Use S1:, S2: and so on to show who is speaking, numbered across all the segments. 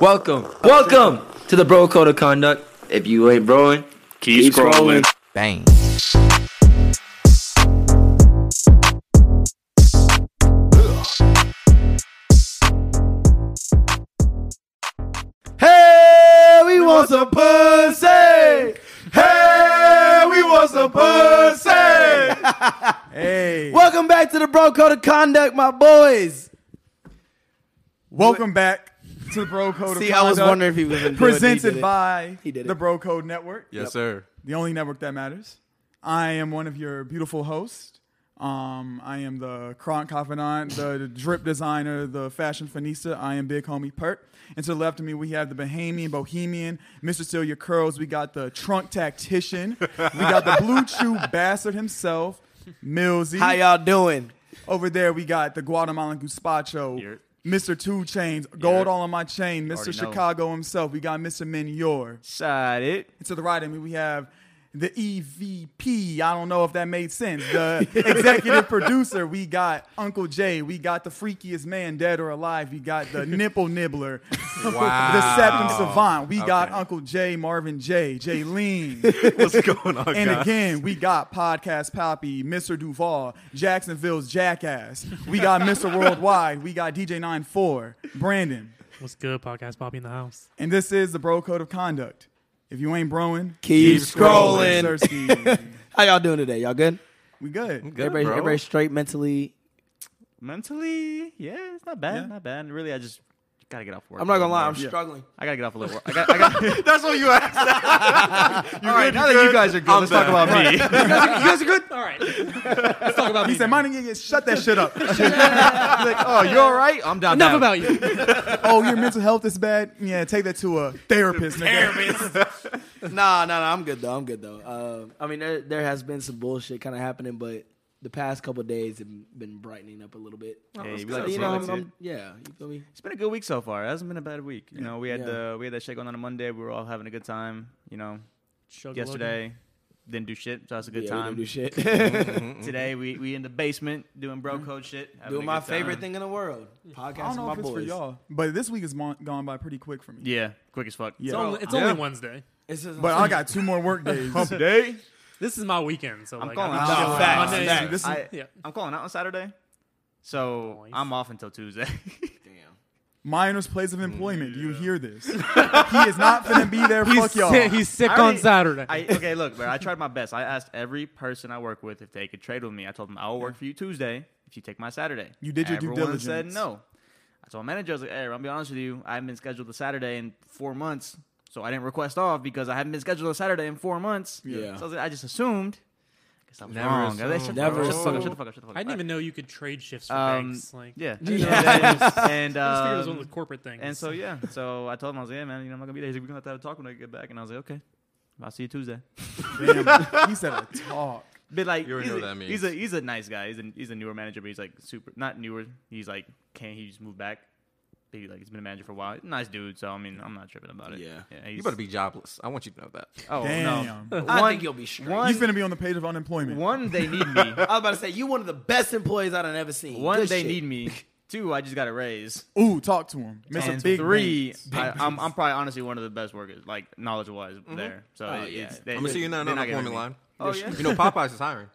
S1: Welcome, welcome to the Bro Code of Conduct. If you ain't broing,
S2: Keep,
S1: Keep scrolling.
S2: scrolling.
S3: Bang.
S4: Hey, we want some pussy. Hey, we want some pussy.
S5: Hey,
S4: Welcome back to the Bro Code of Conduct, my boys.
S5: welcome back to the Bro Code.
S4: See,
S5: of
S4: I was
S5: Conduct,
S4: wondering if he was gonna do it, and he did
S5: presented
S4: it.
S5: by
S4: He did it.
S5: the Bro Code Network,
S2: Yes, sir.
S5: the only network that matters. I am one of your beautiful hosts. Um, I am the cron confidant, the drip designer, the fashion finista. I am big homie Pert. And to the left of me, we have the Bahamian Bohemian, Mr. Steal Your Curls. We got the trunk tactician. We got the blue chew bastard himself, Millsy.
S4: How y'all doing?
S5: Over there, we got the Guatemalan Gazpacho,
S2: Here.
S5: Mr. Two Chains, Gold All on My Chain,
S3: already
S5: Mr.
S3: know.
S5: Chicago himself. We got Mr. Menyor.
S4: Shot it.
S5: And to the right of me, we have the EVP. I don't know if that made sense. The executive producer. We got Uncle Jay. We got the freakiest man, dead or alive. We got the nipple nibbler, the septum savant. We got
S2: Okay.
S5: Uncle Jay, Marvin J, Jaylene.
S2: What's going on,
S5: And
S2: guys?
S5: again, we got Podcast Poppy, Mr. Duval, Jacksonville's Jackass. We got Mr. Worldwide. We got DJ 94, Brandon.
S6: What's good, podcast Bobby in the house?
S5: And this is the Bro Code of Conduct. If you ain't broing,
S4: Keep,
S5: scrolling.
S4: scrolling. How y'all doing today? Y'all good?
S5: we good.
S2: Good,
S4: everybody,
S2: bro.
S4: everybody straight mentally.
S7: Mentally, yeah, it's not bad,
S5: Yeah.
S7: not bad. Really, I just gotta get off work.
S4: I'm not gonna lie, I'm
S5: Yeah.
S4: struggling.
S7: I gotta get off a little work. I got, I got. you
S2: That's what you asked.
S7: right, now that you guys are good, let's talk about me.
S4: guys are good.
S6: All right.
S5: He said, "My nigga, shut that shit up."
S7: oh, you're all right. I'm down.
S6: Enough about you.
S5: oh, your mental health is bad. Yeah, take that to a therapist. Nigga.
S4: Nah, nah, nah. I'm good though. I'm good though. Uh, I mean, there, there has been some bullshit kind of happening, but the past couple days have been brightening up a little bit.
S2: Oh,
S7: Hey, we
S4: So,
S7: like
S4: you
S7: to
S4: know,
S7: like
S4: I'm,
S7: to-
S4: I'm- yeah, you feel me?
S7: It's been a good week so far. It hasn't been a bad week. You know, we had
S4: Yeah.
S7: the we had that shit going on a Monday. We were all having a good time. You know, yesterday didn't do shit, so that's a good
S4: yeah, we don't
S7: time.
S4: do shit.
S7: Today we we in the basement doing bro code shit. having
S4: Doing
S7: a
S4: my
S7: good time.
S4: favorite thing in the world. Podcast
S5: I don't know
S4: with
S5: if
S4: my
S5: it's
S4: boys.
S5: for y'all, but this week is mon- gone by pretty quick for me.
S7: Yeah, quick as fuck.
S5: Yeah.
S6: It's only, it's
S4: Yeah.
S6: only Wednesday.
S4: It's just-
S5: But I got two more work days.
S7: Day.
S6: This is my weekend, so
S7: I'm
S6: like,
S7: calling
S6: I'm
S7: out.
S6: just-
S7: Nah,
S6: Monday-
S7: facts,
S6: Monday-
S5: facts.
S6: Monday-
S7: I-
S6: yeah.
S7: I'm calling out on Saturday, so
S6: Nice.
S7: I'm off until Tuesday.
S5: Minor's place of employment. Do you hear this? he is not gonna be there. Fuck y'all.
S6: sick, he's sick
S7: I
S6: on
S7: already-
S6: Saturday.
S7: I, okay, look, bro. I tried my best. I asked every person I work with if they could trade with me. I told them I will work for you Tuesday if you take my Saturday.
S5: You did your due
S7: Everyone Said
S5: diligence.
S7: no. I told my manager, I was like, "Hey, I'll be honest with you. I haven't been scheduled a Saturday in four months, so I didn't request off because I haven't been scheduled a Saturday in four months.
S4: Yeah.
S7: So I, was like, I just assumed. I guess I was
S2: Never
S7: wrong. I was like,
S2: assume,
S4: bro.
S7: Shut the fuck up.
S4: Never
S7: Shut the fuck up. Shut the fuck up.
S6: I didn't even know you could trade shifts for
S7: Um,
S6: banks. Like,
S7: Yeah.
S6: I didn't know
S7: and
S6: I just figured it was
S7: um,
S6: one of the corporate things.
S7: and so yeah, so I told him I was like, yeah, man, you know, I'm not gonna be there. He's like, we're gonna have to have a talk when I get back. And I was like, okay, I'll see you Tuesday.
S5: Damn, he said a talk.
S7: But like,
S2: You already
S7: he's,
S2: know
S7: a,
S2: what that means.
S7: he's a he's a nice guy. He's a he's a newer manager, but he's like super not newer. He's like, can't he just move back? But he, like he's been a manager for a while. He's a nice dude. So I mean, I'm not tripping about it.
S4: Yeah.
S7: he's,
S2: You better be jobless. I want you to know that.
S7: Oh
S5: Damn.
S7: no.
S4: I
S7: One,
S4: think you'll be straight.
S5: He's
S7: one,
S5: gonna be on the page of unemployment.
S7: one, they need me.
S4: I was about to say you one of the best employees I've ever seen.
S7: One,
S4: Good
S7: they
S4: shit.
S7: need me. Two, I just got a raise.
S5: Ooh, talk to him. Miss a
S7: And
S5: big
S7: three,
S5: bangs.
S7: I, I'm, I'm probably honestly one of the best workers, like knowledge wise,
S2: Mm-hmm.
S7: there. So
S4: Oh,
S7: yeah,
S4: it's-
S7: they-
S2: I'm gonna see you now
S7: they're
S2: on the
S7: not getting
S2: formula
S7: me.
S2: line.
S7: Oh yeah,
S2: You know Popeyes is hiring.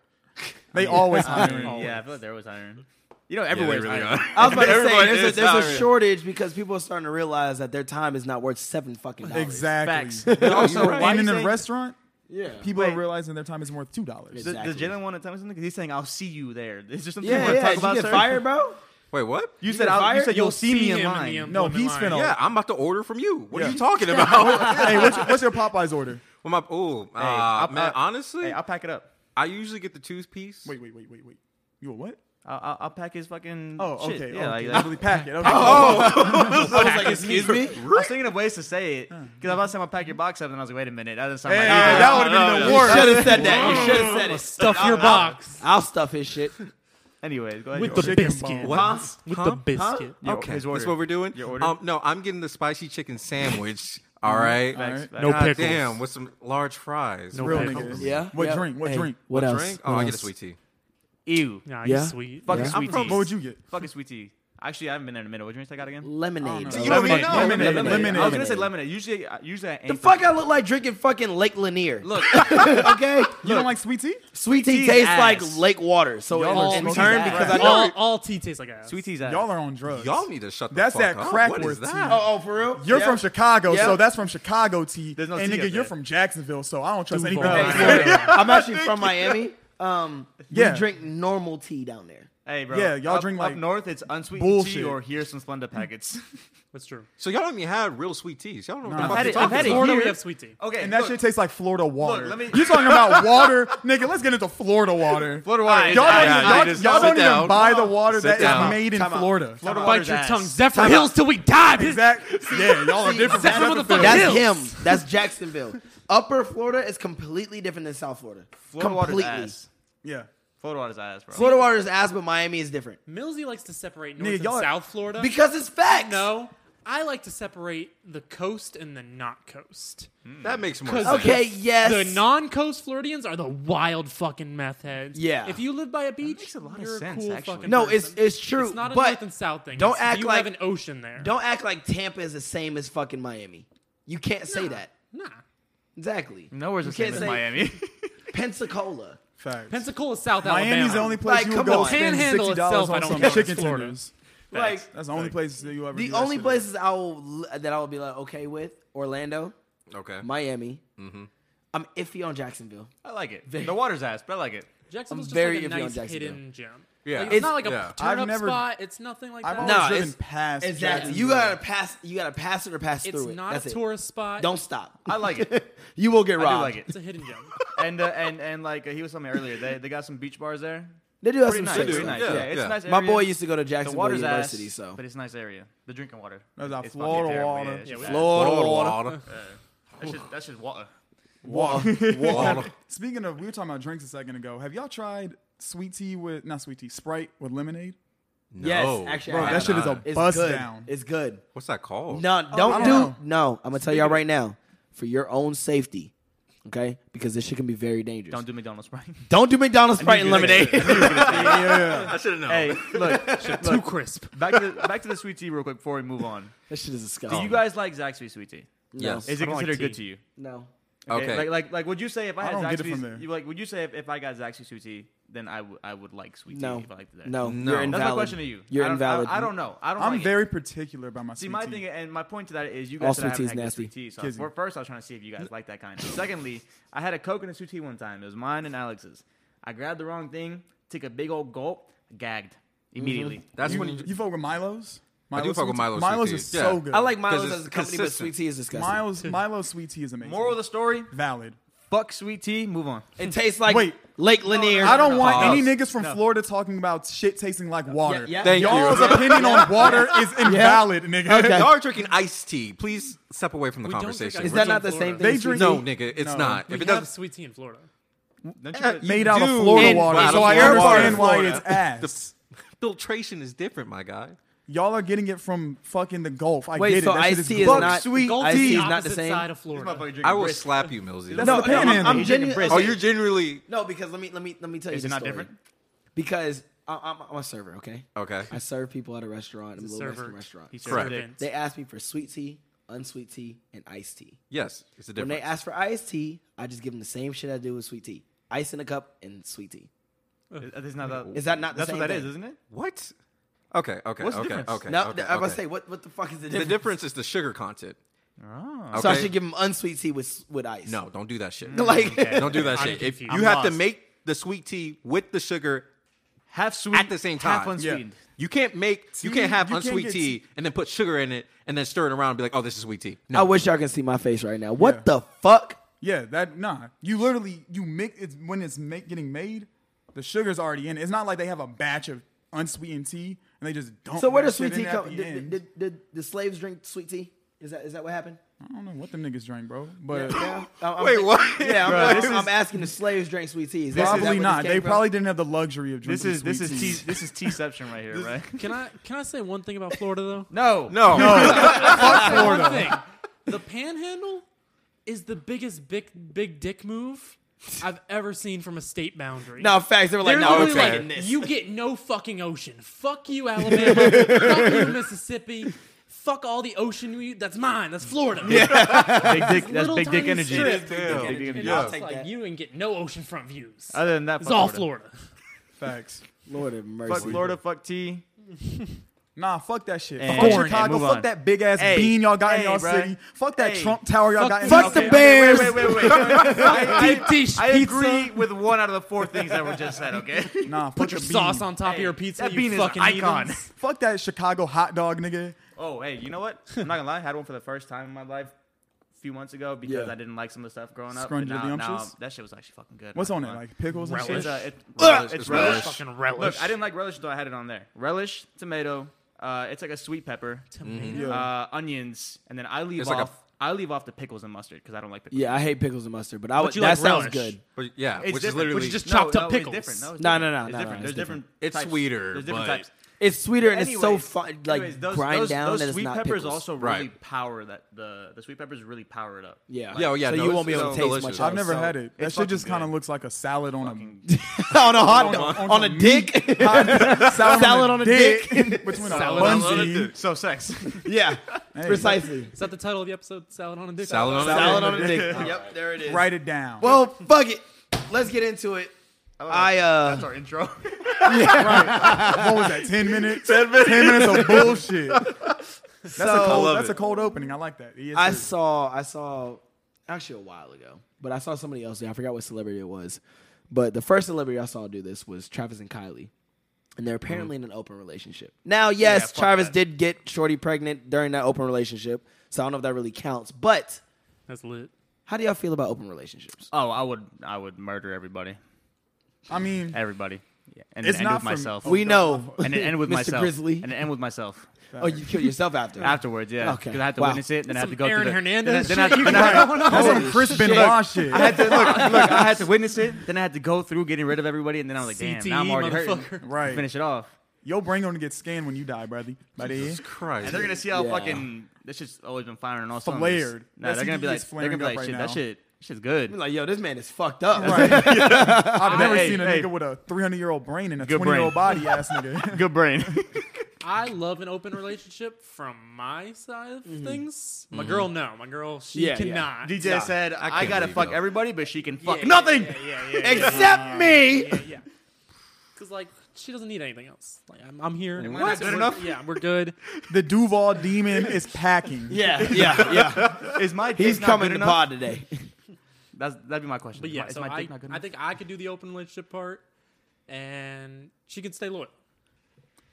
S5: They always
S7: Iron.
S5: hiring.
S7: Yeah, I feel like there was iron. You know, everywhere is
S2: really
S7: iron.
S2: are.
S4: I was about to say
S2: Everybody
S4: there's, a,
S2: is
S4: there's a
S2: hiring.
S4: shortage because people are starting to realize that their time is not worth seven fucking dollars.
S7: Facts.
S5: Exactly.
S7: also, why
S5: and
S7: you
S5: in a
S7: saying-
S5: restaurant,
S4: Yeah.
S5: people
S7: Wait.
S5: are realizing their time is worth two dollars.
S4: Exactly.
S7: Does, does Jalen want to tell me something? 'Cause he's saying, "I'll see you there." Is there something you
S4: Yeah,
S7: want to
S4: yeah.
S7: talk
S4: Did
S7: about,
S4: you get
S7: sir?
S4: fired, bro?
S2: Wait, what?
S7: You said,
S4: get
S7: I'll, "You
S4: fired?
S7: said you'll, see me in
S6: him
S7: line."
S6: the
S5: No, he's
S6: employment
S5: finna-
S6: line.
S2: Yeah, I'm about to order from you. What are you talking about?
S5: hey, what's, what's your Popeyes order?
S2: Well, my oh, uh,
S7: I'll-
S2: man,
S7: I'll-
S2: honestly,
S7: Hey, I'll pack it up.
S2: I usually get the two piece.
S5: Wait, wait, wait, wait, wait. You a what?
S7: I'll, I'll, I'll pack his fucking.
S5: Oh, okay.
S7: shit.
S5: okay.
S7: Yeah, like,
S5: I
S7: like-
S5: really pack it. Okay.
S4: I was like, excuse me.
S7: I was thinking of ways to say it because I was saying I'll pack your box up, and I was like, "Wait a minute, that doesn't sound like."
S5: Yeah, that would have been the worst.
S4: Should have said that. Oh, You should have said it.
S6: Stuff your box
S4: I'll stuff his shit.
S7: Anyways, go ahead.
S6: with
S7: Your
S6: the
S5: chicken
S6: biscuit.
S5: bone.
S2: Huh?
S6: With
S2: Huh?
S6: the biscuit.
S7: Your-
S2: Okay,
S7: his
S2: that's
S7: order.
S2: what we're doing.
S7: Your order.
S2: Um, no, I'm getting the spicy chicken sandwich. all right.
S7: Facts,
S5: Alright.
S7: facts.
S6: No
S2: God
S6: pickles.
S2: damn, with some large fries.
S6: No
S5: Real
S6: pickles.
S5: niggas.
S4: Yeah.
S5: What
S4: yeah.
S5: drink? What
S4: Hey,
S5: drink?
S4: What, else?
S2: Drink? Oh,
S4: What
S2: I get a
S4: else?
S2: sweet tea.
S7: Ew,
S6: Nah,
S4: Yeah.
S6: he's sweet.
S7: fucking
S4: Yeah.
S7: sweet
S5: What would
S7: tea.
S5: you get?
S7: Fucking sweet tea. Actually, I haven't been there in a minute. What drinks I got again?
S4: Lemonade.
S5: So
S4: bro.
S5: you don't even
S7: Lemonade.
S5: know. Lemonade. Lemonade.
S7: I was gonna say lemonade. Usually, I- usually I aim
S4: The
S7: for-
S4: fuck I look like drinking fucking Lake Lanier.
S7: Look,
S4: okay?
S5: You don't like sweet tea?
S4: Sweet tea
S7: Tea's
S4: tastes
S7: ass.
S4: like lake water. So
S5: Y'all are
S4: in, in
S5: smoking
S4: turn,
S5: ass.
S4: because I know.
S6: All, all tea tastes like ass.
S7: sweet tea's ass.
S5: Y'all are on drugs.
S2: Y'all need to shut the
S5: That's
S2: fuck
S5: that
S2: up.
S5: crack
S2: What is
S5: worth
S2: that?
S5: tea.
S4: Oh, for real?
S5: You're
S4: Yeah.
S5: from Chicago,
S4: Yeah.
S5: so that's from Chicago tea.
S7: There's no
S5: and
S7: tea
S5: nigga,
S7: up there.
S5: you're from Jacksonville, so I don't trust
S6: Duval.
S5: anything.
S6: Hey,
S5: That's
S4: I'm actually from Miami. Um,
S5: Yeah.
S4: We drink normal tea down there.
S7: Hey, bro.
S5: Yeah, y'all
S7: up-
S5: drink,
S7: up
S5: like,
S7: north. It's unsweetened tea
S5: bullshit.
S7: or here's some Splenda packets.
S6: That's true.
S2: So y'all don't even have real sweet teas. Y'all don't
S5: Nah.
S2: know what
S7: I've
S2: the
S7: had
S2: fuck
S7: it- I've
S2: you're
S7: had it
S2: talking
S6: Florida, we
S7: here-
S6: have sweet tea.
S7: okay,
S5: and that
S7: look,
S5: shit tastes like Florida water.
S7: let me-
S5: You're talking about water, nigga. Let's get into Florida water.
S7: Florida water
S5: Y'all
S7: is
S5: don't,
S7: ass.
S5: even-
S2: yeah,
S5: y'all-
S2: just
S5: y'all
S2: sit
S5: don't even
S2: down.
S5: buy the water
S2: Sit
S5: that is
S2: down.
S5: made in
S7: Time out.
S5: Florida.
S7: Florida water
S6: Bite
S7: is
S6: your
S7: ass.
S6: tongue, Zephyr Hills till we die. bitch.
S5: Exactly. Yeah, y'all are different.
S6: Zach,
S5: from
S6: what
S5: Jacksonville.
S6: the fuck
S4: That's
S6: Hills.
S4: him. That's Jacksonville. Upper Florida is completely different than South Florida.
S7: Florida water's
S4: completely.
S7: ass.
S5: Yeah.
S7: Florida water's ass, bro.
S4: Florida water is ass, but Miami is different
S6: Millsy likes to separate
S5: Nigga,
S6: North
S5: y'all-
S6: and South Florida.
S4: because it's facts.
S6: no, I like to separate the coast and the not coast.
S2: That makes more
S6: 'Cause-
S2: sense.
S4: Okay. Yes.
S6: The non-coast Floridians are the wild fucking meth heads.
S4: Yeah.
S6: If you live by a beach,
S7: makes a lot of
S6: you're
S7: sense,
S6: cool
S7: actually.
S6: fucking
S4: No,
S6: person.
S4: it's it's true.
S6: It's not a
S4: but
S6: north and south thing.
S4: don't
S6: It's-
S4: act
S6: you
S4: like-
S6: have an ocean there.
S4: don't act like Tampa is the same as fucking Miami. You can't say that.
S6: Nah.
S4: Exactly.
S7: Nowhere's
S4: you
S7: the same
S4: can't
S7: as
S4: say
S7: Miami.
S4: Pensacola.
S5: Facts.
S6: Pensacola, South
S5: Miami's
S6: Alabama.
S5: the only place
S4: Like,
S5: you
S4: come
S5: would go
S4: on.
S5: spend
S6: Panhandle
S5: sixty dollars
S6: itself, I
S5: on
S6: don't
S5: some
S6: count as
S5: chicken
S6: Florida.
S5: tenders.
S4: Like
S5: That's the only place that you ever. do
S4: the
S5: that
S4: only
S5: shit in.
S4: places I will that I will be like okay with Orlando,
S2: Okay.
S4: Miami. I'm iffy on Jacksonville.
S7: I like it. The water's ass, but I like it.
S6: Jacksonville's
S4: I'm
S6: just
S4: very
S6: like a
S4: iffy on
S6: nice
S4: Jacksonville.
S6: hidden gem.
S2: Yeah.
S6: Like, it's,
S2: It's-
S6: not like a
S2: yeah.
S6: turn
S5: I've
S6: up
S5: never-
S6: spot. It's nothing like
S5: I've
S6: that.
S5: always
S4: No,
S5: driven
S4: it's-
S5: past.
S4: You
S5: Jacksonville.
S4: gotta pass. You gotta pass it or pass
S6: It's
S4: through it.
S6: not
S4: That's
S6: a
S4: it.
S6: tourist spot.
S4: Don't stop.
S7: I like it.
S4: you will get
S7: I do
S4: robbed.
S7: like it.
S6: It's a hidden gem.
S7: And uh, and and like uh, he was telling me earlier, they they got some beach bars there.
S4: They do have some
S7: Pretty nice.
S4: shit.
S7: Pretty
S2: do.
S7: nice.
S2: Yeah,
S7: Yeah, it's
S2: yeah.
S7: a nice. Area.
S4: My boy used to go to
S7: The
S4: Jacksonville
S7: water's
S4: University,
S7: ass,
S4: so
S7: but it's a nice area. The drinking water.
S5: That's our
S7: It's fucking
S5: Florida
S7: terrible.
S5: water.
S7: Yeah, it's
S6: Yeah,
S7: just
S6: we-
S7: bad.
S2: Florida
S4: Florida water.
S2: water.
S7: That's just that's just water.
S2: Water.
S5: Speaking of, we were talking about drinks a second ago. Have y'all tried sweet tea with not sweet tea, Sprite with lemonade?
S4: Yes,
S2: No.
S4: actually,
S5: Bro,
S4: I
S5: that
S4: have
S5: shit is
S4: not.
S5: a
S4: It's
S5: bust
S4: good.
S5: down.
S4: It's good.
S2: What's that called?
S4: No, don't
S5: I don't
S4: do.
S5: know.
S4: No, I'm gonna tell y'all right now, for your own safety, okay? Because this shit can be very dangerous.
S7: Don't do McDonald's Sprite.
S4: Don't do McDonald's Sprite and lemonade.
S5: yeah.
S2: I should have known.
S7: hey, look,
S6: Too crisp.
S7: back to the, back to the sweet tea real quick before we move on.
S4: that shit is
S7: Do
S4: disgusting.
S7: you guys like Zaxby's sweet tea?
S2: Yes.
S7: Is it
S6: I don't like
S7: considered good to
S6: tea.
S7: you?
S4: no.
S2: Okay.
S7: Like like like would you say if I
S5: I
S7: had
S5: don't get it from there.
S7: Zaxby's, you like would you say if, if I got Zaxby's sweet tea, then I would I would like sweet
S4: No.
S7: tea if I liked it there?
S4: No.
S2: No.
S4: You're
S2: That's
S4: invalid.
S7: That's my question to you.
S4: You're
S7: I don't,
S4: invalid.
S7: I, I don't know. I don't.
S5: I'm
S7: like it.
S5: very particular about my
S7: See,
S5: sweet
S7: my
S5: tea.
S7: thing and my point to that is you
S4: All
S7: guys said
S4: sweet
S7: I haven't
S4: tea's
S7: had good
S4: nasty.
S7: sweet tea. So
S5: Kizzy.
S7: for- first, I was trying to see if you guys like that kind. Secondly, I had a coconut sweet tea one time. It was mine and Alex's. I grabbed the wrong thing, took a big old gulp, gagged immediately.
S4: Mm-hmm.
S2: That's
S5: you,
S2: when you.
S5: you fuck with Milo's?
S2: I do
S5: Milo's
S2: fuck
S5: sweet
S2: with
S5: tea?
S2: Milo's sweet
S5: Milo's
S2: tea.
S5: is
S2: Yeah.
S5: so good.
S4: I like Milo's as
S2: Because
S4: a
S2: it's
S4: company, but
S2: consistent.
S4: sweet tea is disgusting.
S5: Milo's. Milo's sweet tea is amazing.
S7: Moral of the story:
S5: valid.
S7: fuck sweet tea. Move on.
S4: It tastes like
S5: Wait.
S4: Lake Lanier.
S5: I don't want
S2: Pause.
S5: any niggas from Florida talking about shit tasting like water.
S4: yeah.
S2: Thank
S5: Y'all's
S2: you.
S5: opinion on water is invalid, nigga.
S4: Okay.
S2: Y'all are drinking iced tea. Please step away from the
S6: We don't drink
S2: conversation.
S6: iced
S4: Is
S6: We're
S4: that
S6: from
S4: not the
S6: Florida.
S4: same thing?
S5: They
S4: as sweet
S5: drink-
S4: tea?
S2: no, nigga, it's
S5: No.
S2: not. If
S6: We
S2: it
S6: have
S2: doesn't,
S6: sweet tea in Florida.
S7: Don't
S2: Eh,
S7: you-
S5: Made out of
S2: do.
S5: Florida
S2: In-
S5: water,
S2: out of
S5: so I
S2: Florida
S5: understand why
S2: water.
S5: it's ass.
S2: The filtration is different, my guy.
S5: Y'all are getting it from fucking the Gulf. I
S4: Wait,
S5: get it.
S4: so
S5: That shit
S4: iced tea is
S5: gross.
S4: not
S5: sweet
S6: Gold
S4: iced
S5: tea.
S6: tea,
S4: is
S6: opposite
S4: not the same.
S6: side of Florida.
S7: Motherfucker
S2: I will
S7: drinking
S2: slap you, Millsy.
S4: No,
S5: That's the
S4: no, I'm,
S5: panhandle.
S4: I'm
S5: You're
S7: drinking
S4: genuinely.
S7: brisk.
S2: oh, you're genuinely
S4: No, because let me let me let me tell you.
S7: Is
S4: the
S7: it not
S4: story.
S7: different? Oh.
S4: Because I, I'm, I'm a server, okay?
S2: okay.
S4: I serve people at a restaurant, a
S6: He's a
S4: little
S6: server.
S4: Western restaurant.
S7: He's
S2: Correct.
S7: correct.
S4: They asked me for sweet tea, unsweet tea, and iced tea.
S2: Yes, it's a
S4: When
S2: difference.
S4: they ask for iced tea, I just give them the same shit I do with sweet tea: ice in a cup and sweet tea.
S7: Is Uh, not that?
S4: Is that not the
S7: That's
S4: same
S7: what that
S4: thing?
S7: is, isn't it?
S2: what? Okay, okay,
S7: What's the
S2: okay,
S7: difference?
S2: okay.
S4: No,
S2: okay,
S4: I was
S2: okay.
S4: say what what the fuck is the
S2: the
S4: difference?
S2: difference is the sugar content.
S7: Oh.
S4: So I
S2: okay?
S4: should give them unsweet tea with with ice.
S2: No, don't do that shit.
S4: like
S2: don't do that
S6: I'm
S2: shit. If you
S6: confused.
S2: have to
S7: lost.
S2: make the sweet tea with the sugar
S7: Half sweet
S2: at the same time.
S7: half unsweetened.
S2: You can't make
S5: See,
S2: you can't have
S5: you can't
S2: unsweet
S5: get-
S2: tea and then put sugar in it and then stir it around and be like, oh, this is sweet tea. No,
S4: I wish y'all could see my face right now. What
S5: Yeah.
S4: the fuck?
S5: Yeah, that nah. You literally you mix it's when it's make, getting made, the sugar's already in. it. It's not like they have a batch of unsweetened tea and they just dump.
S4: So where
S5: that
S4: does sweet
S5: shit in
S4: tea
S5: at
S4: come?
S5: the
S4: Did,
S5: end.
S4: did, did the slaves drink sweet tea? Is that is that what happened?
S5: I don't know what them niggas drink, bro. But
S4: Yeah. I'm- I'm
S2: Wait,
S4: thi-
S2: what?
S4: Yeah, I'm,
S7: Bro,
S4: I'm-
S7: this is-
S4: I'm asking the slaves drink sweet tea. Is that- is that where
S5: probably
S4: this
S5: not.
S4: came
S5: They
S4: from?
S5: probably didn't have the luxury of
S7: This
S5: drinking.
S7: is this
S5: sweet
S7: is
S5: tea.
S7: tea this is teaception right here, right?
S6: Can I can I say one thing about Florida though?
S7: No,
S2: no,
S6: Say one thing. The Panhandle is the biggest big big dick move I've ever seen from a state boundary.
S4: No, facts. They were like,
S6: They're
S4: no, we're
S6: literally
S4: taking
S6: like,
S4: this.
S6: you get no fucking ocean. Fuck you, Alabama. fuck you, Mississippi. Fuck all the ocean. we- That's mine. That's Florida.
S7: Big dick. That's
S6: Little
S7: big dick
S6: tiny
S7: energy.
S6: strip.
S7: Big dick
S2: Damn.
S7: energy.
S6: And
S2: Yeah.
S6: it's
S4: I'll take
S6: like,
S4: that.
S6: you didn't get no oceanfront views.
S7: Other than that,
S6: it's
S7: fuck
S6: all Florida.
S5: Facts.
S4: Lord have mercy.
S7: Fuck Florida. Fuck T.
S5: Nah, fuck that shit.
S7: And-
S5: fuck
S7: Foreign and
S5: Chicago.
S7: move
S5: Fuck
S7: on.
S5: that big ass
S7: Hey,
S5: bean y'all got in
S7: hey,
S5: y'all
S7: bruh.
S5: city. Fuck that
S7: Hey.
S5: Trump Tower y'all
S6: Fuck-
S5: got in
S6: fuck
S5: y'all city.
S6: the
S7: Wait, wait, wait, wait. I,
S6: Deep dish
S7: I, I
S6: pizza.
S7: agree with one out of the four things that were just said. Okay.
S5: Nah, fuck
S6: Put
S5: the
S6: your
S5: bean.
S6: sauce on top
S7: Hey,
S6: of your pizza.
S7: that
S6: you
S7: bean is an
S6: fucking
S7: icon.
S6: heathens.
S5: Fuck that Chicago hot dog, nigga.
S7: Oh, hey, you know what? I'm not gonna lie. I had one for the first time in my life a few months ago because
S4: Yeah.
S7: I didn't like some of the stuff growing up.
S5: Scrungy
S7: But now, now
S5: Dumptious?
S7: that shit was actually fucking good.
S5: What's
S7: Not
S5: on it?
S7: gonna lie.
S5: Like pickles and
S6: Relish.
S7: It's,
S5: shit.
S7: uh, it,
S2: Relish,
S7: uh,
S2: it's relish.
S6: Fucking relish.
S7: Look, I didn't like relish until I had it on there. Relish, tomato. Uh, it's like a sweet pepper,
S6: Tomato.
S7: uh, onions, and then I leave
S2: It's like a-
S7: off. I leave off the pickles and mustard because I don't like pickles.
S4: Yeah, I hate pickles and mustard, but I would,
S6: you
S4: that
S6: like
S4: sounds
S6: relish.
S4: good.
S2: But yeah,
S7: It's
S2: which is
S7: different.
S2: literally
S7: which is just
S6: No,
S7: chopped
S6: no,
S7: up
S6: it's
S7: pickles.
S6: different.
S7: it's
S4: No,
S7: different.
S4: no, no,
S7: It's
S4: no, no,
S7: different. There's
S4: it's
S7: different.
S2: It's
S7: types.
S2: sweeter,
S7: There's different
S2: but-
S7: types.
S4: It's sweeter and it's so
S7: Anyways,
S4: fun, like
S7: anyways, those,
S4: grind
S7: those,
S4: down
S7: those
S4: that it's
S7: sweet
S4: not
S7: peppers
S4: pickles.
S7: also really
S2: Right.
S7: power that the the sweet peppers really power it up.
S4: yeah,
S2: Yeah, oh, yeah,
S4: So
S2: no,
S4: you
S2: it's-
S4: won't be able to
S2: it's
S4: taste
S2: delicious.
S4: much.
S2: I've
S5: I've never
S7: So,
S5: had it. That
S7: it's
S5: shit just
S7: fucking
S5: kind of
S7: good.
S5: looks like a salad on a
S4: on a hot
S5: on
S4: dog
S5: a-
S4: on,
S5: on
S4: a
S5: some
S4: dick.
S5: salad,
S4: Salad on a dick.
S5: between
S6: Salad
S5: a
S6: on a
S5: bungee.
S7: So sex.
S4: yeah,
S5: Hey,
S4: precisely.
S6: Is that the title of the episode? Salad on a dick.
S2: salad on
S4: Salad
S2: it.
S4: on a dick.
S7: yep, there it is.
S5: Write it down.
S4: Well, fuck it. Let's get into it. I uh,
S7: That's our intro.
S5: what was that? Ten minutes. Ten minutes. Ten minutes of bullshit. That's a cold.
S2: love
S5: That's
S2: it.
S5: a cold opening. I like that. E Yes,
S4: I
S5: sir.
S4: saw I saw actually a while ago, but I saw somebody else. do it. I forgot what celebrity it was, but the first celebrity I saw do this was Travis and Kylie, and they're apparently in an open relationship. Now, yes,
S7: fuck
S4: Travis
S7: that.
S4: did get Shorty pregnant during that open relationship, so I don't know if that really counts. But
S6: That's lit.
S4: how do y'all feel about open relationships?
S7: Oh, I would, I would murder everybody,
S5: I mean,
S7: everybody, yeah. and
S5: It's
S7: then end
S5: not
S7: with
S5: for-
S7: myself.
S4: we know.
S7: and then end with
S4: Mr.
S7: myself.
S4: Grizzly.
S7: And then end with myself
S4: oh, you kill yourself after.
S7: afterwards. Yeah.
S4: Okay.
S7: Because I have to
S4: Wow.
S7: witness it, then I have
S6: Some
S7: to go
S6: Aaron
S7: through the,
S6: Hernandez
S7: Then I, then I,
S6: shit
S7: then
S6: you
S7: I,
S6: got going on.
S5: that's some Chris Benoit shit.
S7: I had to look, look. I had to witness it. Then I had to go through getting rid of everybody, and then I was like, damn, now I'm
S6: CTE,
S7: already hurting.
S6: E motherfucker.
S5: Right.
S7: Finish it off.
S5: Your brain gonna get scanned when you die, brother. Buddy.
S2: Jesus Christ.
S7: And they're gonna see how
S4: Yeah.
S7: fucking this shit's always been firing on all cylinders.
S5: Flared.
S7: Nah,
S5: That
S7: they're gonna
S5: CTE
S6: E
S7: be like,
S5: is
S7: they're gonna
S5: flaring
S7: be
S5: up
S7: like,
S5: right
S7: shit,
S5: now.
S7: that shit, shit's good.
S4: I'm like, yo, this man is fucked up.
S5: Right. I've never
S7: Hey,
S5: seen a
S7: hey.
S5: nigga with a 300 year old brain and a
S7: Good
S5: 20 year old
S7: brain.
S5: body ass nigga.
S7: Good brain.
S6: I love an open relationship from my side of
S7: Mm-hmm.
S6: things. My girl, no. My girl, she
S4: Yeah, yeah.
S6: cannot.
S7: DJ said,
S2: I
S7: I,
S2: can't
S7: gotta
S2: believe
S7: fuck
S2: it.
S7: everybody, but she can
S6: Yeah,
S7: fuck
S6: yeah,
S7: nothing.
S6: Yeah, yeah, yeah. yeah,
S4: Except me.
S6: yeah, yeah. Because, like, she doesn't need anything else. Like, I'm, I'm here.
S7: we're not good
S6: We're-
S7: enough?
S6: Yeah, we're good.
S5: the Duval demon is packing.
S4: Yeah, yeah, yeah.
S7: Is my dick
S4: He's
S7: not
S4: coming to
S7: good enough?
S4: pod today.
S7: That's that'd be my question.
S6: But
S7: Is
S6: yeah,
S7: my, is
S6: so
S7: my
S6: I,
S7: dick not good
S6: I
S7: enough?
S6: think I could do the open relationship part, and she could stay loyal.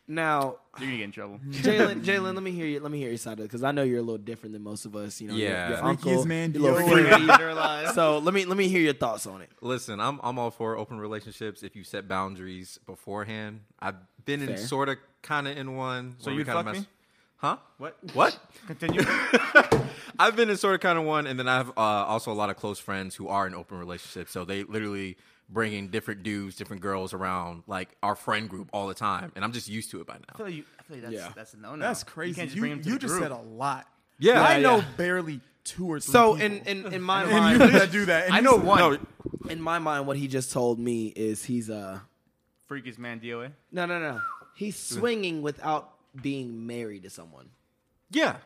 S4: Now,
S7: You're gonna get in trouble.
S4: Jalen, Jalen, let me hear you. Let me hear your side of it because I know you're a little different than most of us. You know, your-
S2: Yeah.
S4: your,
S2: Freakiest
S4: uncle,
S5: man
S4: your little
S5: deodorant.
S4: freak. So let me let me hear your thoughts on it.
S2: Listen, I'm I'm all for open relationships if you set boundaries beforehand. I've been in
S4: Fair.
S2: sort of kind of in one. So
S7: you'd fuck me?
S2: Huh?
S7: What?
S2: What?
S7: Continue.
S2: I've been in sort of kind of one, and then I have uh, also a lot of close friends who are in open relationships. So they literally bringing different dudes, different girls around like our friend group all the time, and I'm just used to it by
S7: I
S2: now.
S7: feel like you, I feel like that's
S4: Yeah.
S7: that's a no no.
S5: That's crazy.
S7: You,
S5: You,
S7: can't just
S5: you,
S7: bring 'em to the
S5: just
S7: group.
S5: said a lot.
S2: Yeah,
S5: I
S2: yeah,
S5: know
S4: yeah.
S5: barely two or three
S4: So
S5: people.
S4: in, in, in my
S5: and you
S4: mind,
S5: that do that. and
S7: I
S5: you
S7: know
S5: said-
S7: one
S4: in my mind, what he just told me is he's uh Mm.
S7: freakiest man DOA.
S4: no no no he's swinging without being married to someone.
S2: Yeah,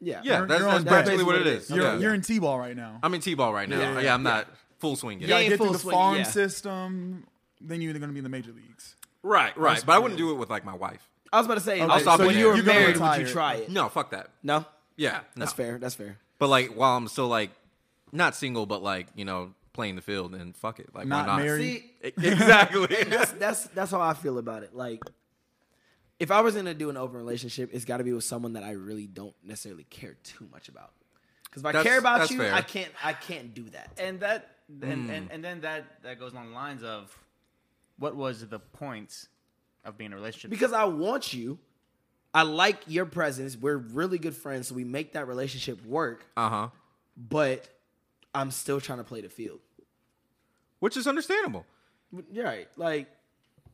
S4: Yeah
S2: yeah. That's,
S5: you're
S2: that's
S5: on that.
S2: practically what it is.
S5: You're,
S2: Yeah.
S5: you're in T-ball right now.
S2: I'm in t-ball right now.
S4: Yeah.
S2: Yeah, I'm not full swing yet.
S4: Yeah,
S5: I
S4: ain't
S5: get through
S4: full
S5: the
S4: swing,
S5: farm
S4: yeah.
S5: system. Then you're going to be in the major leagues.
S2: Right, right. But I wouldn't do it with like my wife.
S4: I was about to say
S5: Okay,
S4: like,
S2: so
S4: when
S2: you-
S4: you were
S2: you're
S5: gonna
S4: married, would you try
S5: retire.
S4: it?
S2: No, fuck that.
S4: No,
S2: Yeah,
S4: that's
S2: no.
S4: fair. That's fair.
S2: But like while I'm still like not single, but like you know playing the field and fuck it, like
S5: Not
S2: why not?
S5: married.
S4: See,
S2: Exactly.
S4: that's that's how I feel about it. Like, if I was gonna do an open relationship, it's got to be with someone that I really don't necessarily care too much about. Because if I
S2: That's-
S4: care about
S2: that's
S4: you,
S2: fair.
S4: I can't I can't do that.
S7: And that and, and, and then that that goes along the lines of what was the point of being in a relationship?
S4: Because I want you, I like your presence. We're really good friends, so we make that relationship work.
S2: uh huh.
S4: But I'm still trying to play the field.
S2: Which is understandable.
S4: You're right. Like,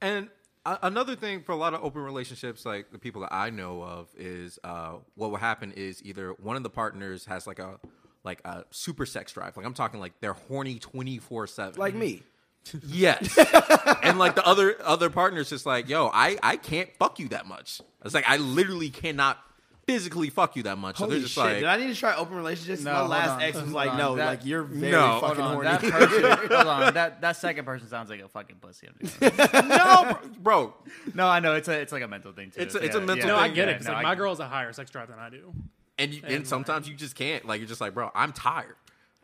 S2: And a- another thing for a lot of open relationships, like the people that I know of, is uh, what will happen is either one of the partners has like a like a super sex drive. Like I'm talking like they're horny 24 seven.
S1: Mm-hmm.
S4: Like me.
S2: Yes. and like the other other partner's just like, yo, I I can't fuck you that much. It's like I literally cannot physically fuck you that much. so
S1: Holy
S2: they're just
S1: shit!
S2: like
S1: Did I need to try open relationships?
S7: No,
S1: My
S7: hold
S1: last
S7: on.
S1: ex was
S7: Hold
S1: like,
S7: on.
S1: "No,
S7: That-
S1: like you're very
S2: No,
S1: fucking
S7: Hold on,
S1: horny."
S7: that person. hold on, that that second person sounds like a fucking pussy. I'm just gonna-
S2: No bro. bro.
S7: no, I know it's a it's like a mental thing too.
S2: It's a- it's a mental
S6: No, I
S2: thing,
S6: get it.
S7: yeah,
S6: Because
S7: no,
S6: like
S7: I
S6: my
S7: get it.
S6: girl's a higher sex drive than I do.
S2: And you, and sometimes you just can't. Like you're just like, bro, I'm tired.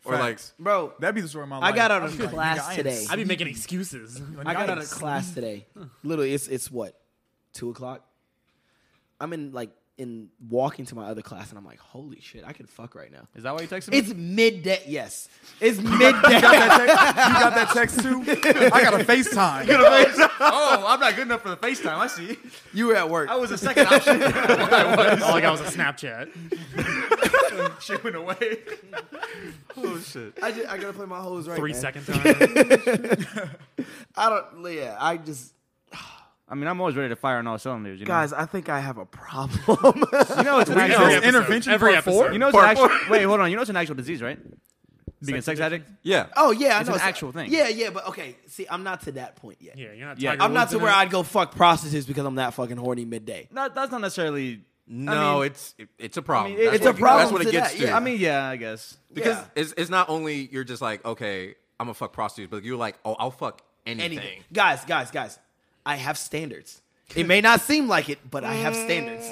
S2: Or like
S5: Facts.
S4: Bro,
S5: That'd be the story of my life.
S4: I got out
S5: I'd
S4: of
S5: be like,
S4: class
S5: nigga, I am
S4: today.
S6: I be making excuses.
S4: I got out of
S5: Yikes.
S4: class today. Literally, it's it's what two o'clock. I'm in like in walking to my other class, and I'm like, holy shit, I could fuck right now.
S7: Is that why you texted me?
S4: It's midday. Yes, it's midday.
S5: You got that text too? I got a FaceTime.
S7: oh, I'm not good enough for the FaceTime. I see.
S4: you were at work.
S7: I was the second option.
S6: All "Oh, I got was a Snapchat.
S7: Shit went away. Oh,
S4: I, just, I gotta play my hose right.
S6: Three
S4: man.
S6: second time.
S4: I don't. Yeah, I just
S7: I mean, I'm always ready to fire on all cylinders. You know?
S4: guys, I think I have a problem.
S7: you know it's an
S5: It's
S7: actual.
S6: Every episode.
S5: intervention
S6: Every
S5: part four.
S6: episode.
S7: You know it's an actual. Wait, hold on. You know it's an actual disease, right? Being a
S6: Sex
S7: sex addict.
S2: yeah.
S4: oh yeah, I
S7: It's
S4: know
S7: an
S4: so-
S7: actual thing.
S4: Yeah, yeah, but okay. See, I'm not to that point yet.
S6: Yeah, you're not.
S7: Yeah,
S6: Tiger
S4: I'm not
S6: Woods
S4: to
S6: in
S4: where
S6: it.
S4: I'd go fuck prostitutes because I'm that fucking horny midday.
S7: Not, that's not necessarily.
S2: No,
S7: mean-
S2: it's it, it's a problem.
S7: I mean, it-
S2: That's
S7: it's
S2: what-
S7: a problem
S2: That's what it
S4: to
S2: gets
S4: that,
S2: to.
S4: yeah.
S7: I mean, yeah, I guess.
S2: because
S4: Yeah.
S2: it's, it's not only you're just like, okay, I'm a fuck prostitute, but you're like, oh, I'll fuck anything.
S4: anything. Guys, guys, guys, I have standards. It may not seem like it, but I have standards.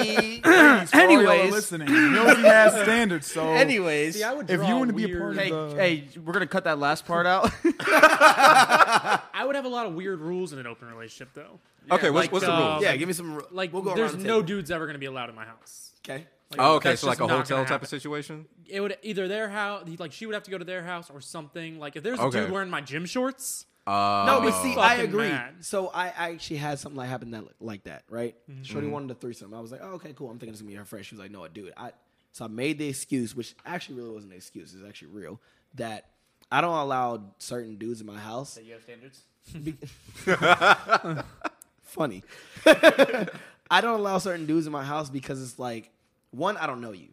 S5: Anyways, listening. You know he has standards. So
S7: Anyways,
S6: I would
S5: if
S6: draw
S5: you want to be a
S6: weird-
S5: part
S7: hey,
S5: of the,
S7: hey, we're gonna cut that last part out.
S6: I would have a lot of weird rules in an open relationship, though.
S2: Okay, what's,
S6: like,
S2: what's the
S6: uh,
S2: rules?
S4: yeah, um, give me some.
S6: Like,
S4: we'll go
S6: there's
S4: around the
S6: no
S4: table.
S6: dudes ever going to be allowed in my house.
S4: Okay.
S2: oh, okay,
S6: that's
S2: so like
S6: just
S2: a
S6: not gonna
S2: hotel type
S6: happen.
S2: of situation.
S6: It would either their house, like she would have to go to their house or something. Like, if there's
S2: Okay.
S6: a dude wearing my gym shorts,
S2: Uh,
S4: No, but see, I
S6: Oh, Fucking
S4: agree.
S6: mad. Mm-hmm.
S4: So I, I actually had something like happen that like that, right? Shorty wanted a threesome. I was like, oh, okay, cool. I'm thinking it's gonna be her friend. She was like, no, dude. I so I made the excuse, which actually really wasn't an excuse. It's actually real that I don't allow certain dudes in my house
S7: you have standards.
S4: funny. I don't allow certain dudes in my house because it's like, one, I don't know you,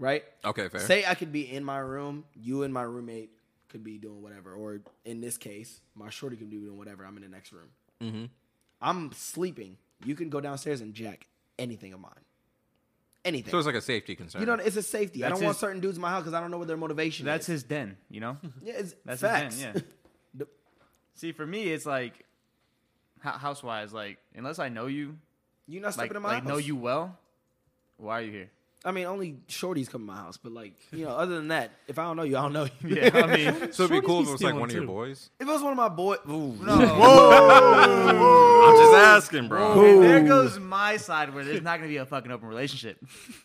S4: right?
S2: okay, fair.
S4: Say I could be in my room, you and my roommate could be doing whatever, or in this case, my shorty could be doing whatever. I'm in the next room.
S7: Mm-hmm.
S4: I'm sleeping. You can go downstairs and jack anything of mine, anything.
S2: so it's like a safety concern.
S4: you know, it's a safety. I
S7: That's
S4: don't want
S7: his-
S4: certain dudes in my house because I don't know what their motivation
S7: That's
S4: is.
S7: his den. You know.
S4: Yeah, it's
S7: That's
S4: facts.
S7: his den. Yeah. See, for me, it's like ho- housewise. Like, unless I know you,
S4: You're not
S7: like,
S4: stepping in my
S7: like
S4: house.
S7: know you well, why are you here?
S4: I mean, only shorties come to my house, but like, you know, other than that, if I don't know you, I don't know you.
S7: Yeah, I mean,
S2: so it'd be
S6: Shorties
S2: cool
S6: be
S2: if it was like
S6: stealing
S2: one of your
S6: too.
S2: boys.
S4: If it was one of my boy, ooh,
S2: I'm just asking, bro.
S7: and there goes my side where there's not gonna be a fucking open relationship.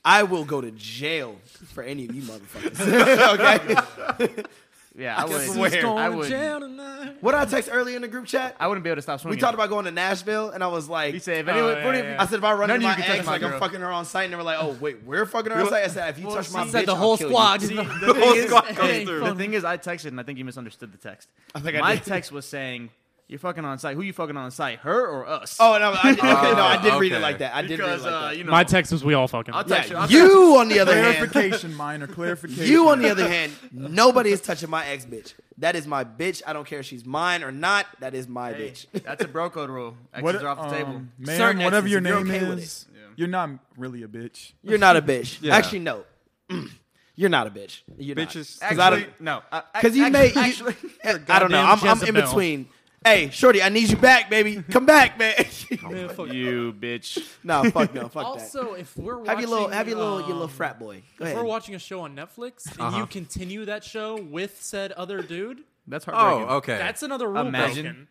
S4: I will go to jail for any of you motherfuckers.
S7: Yeah, I,
S4: guess
S7: would.
S4: where?
S7: not I
S6: going to
S7: would.
S6: jail tonight.
S4: what did I text earlier in the group chat?
S7: I wouldn't be able to
S4: we
S7: stop swinging.
S4: talked about going to Nashville, and I was like,
S7: He said, if anyone,
S6: yeah, yeah, yeah.
S4: I said if I run
S7: None
S4: into
S7: of
S4: my
S7: you can touch
S4: ex,
S7: my
S4: like I'm
S7: girl.
S4: fucking her on site, and they were like, oh wait, we're fucking her on site. I said if you touch my
S7: see,
S4: bitch,
S6: Said the
S4: I'll
S6: whole
S4: kill
S6: squad.
S4: You.
S7: See, the thing
S2: whole
S7: is-
S2: squad comes
S7: hey,
S2: through.
S7: The thing is, I texted and I think you misunderstood the text. I
S4: think I
S7: my
S4: did.
S7: text was saying, "You're fucking on site. Who you fucking on site? Her or us?"
S4: Oh no, I did, okay, no, I did
S2: Oh,
S4: read it
S2: okay.
S4: like that. I did read it
S7: because
S4: like
S7: uh,
S4: that.
S7: you know,
S6: My text was we all fucking.
S7: I'll text you.
S4: yeah,
S7: I'll text
S4: you on the other hand,
S5: clarification, minor clarification.
S4: you on the other hand, nobody is touching my ex, bitch. That is my bitch. I don't care if she's mine or not. That is my
S7: Hey,
S4: bitch.
S7: That's a bro code rule. X's
S5: What,
S7: are off the table.
S5: um, Man,
S4: Certain
S5: whatever
S4: exes,
S5: your
S4: if you're
S5: name
S4: okay with
S5: is, you're not really a bitch.
S4: You're not a bitch.
S2: Yeah.
S4: Actually, no. you're not a bitch. You're not.
S2: Bitches-
S4: 'Cause I don't-
S7: Actually, no. Uh,
S4: Because you made. you- I don't know. I'm,
S6: goddamn
S4: I'm in
S6: Jezebel.
S4: between. Hey, Shorty, I need you back, baby. Come back, man.
S7: you bitch.
S4: nah, fuck no, fuck that.
S6: Also, if we're watching,
S4: Have your little, have your little, your little
S6: um,
S4: frat boy. Go
S6: If
S4: ahead.
S6: we're watching a show on Netflix and you continue that show with said other dude,
S7: That's
S2: Oh,
S7: heartbreaking.
S2: okay.
S6: that's another rule
S7: Imagine.
S6: broken.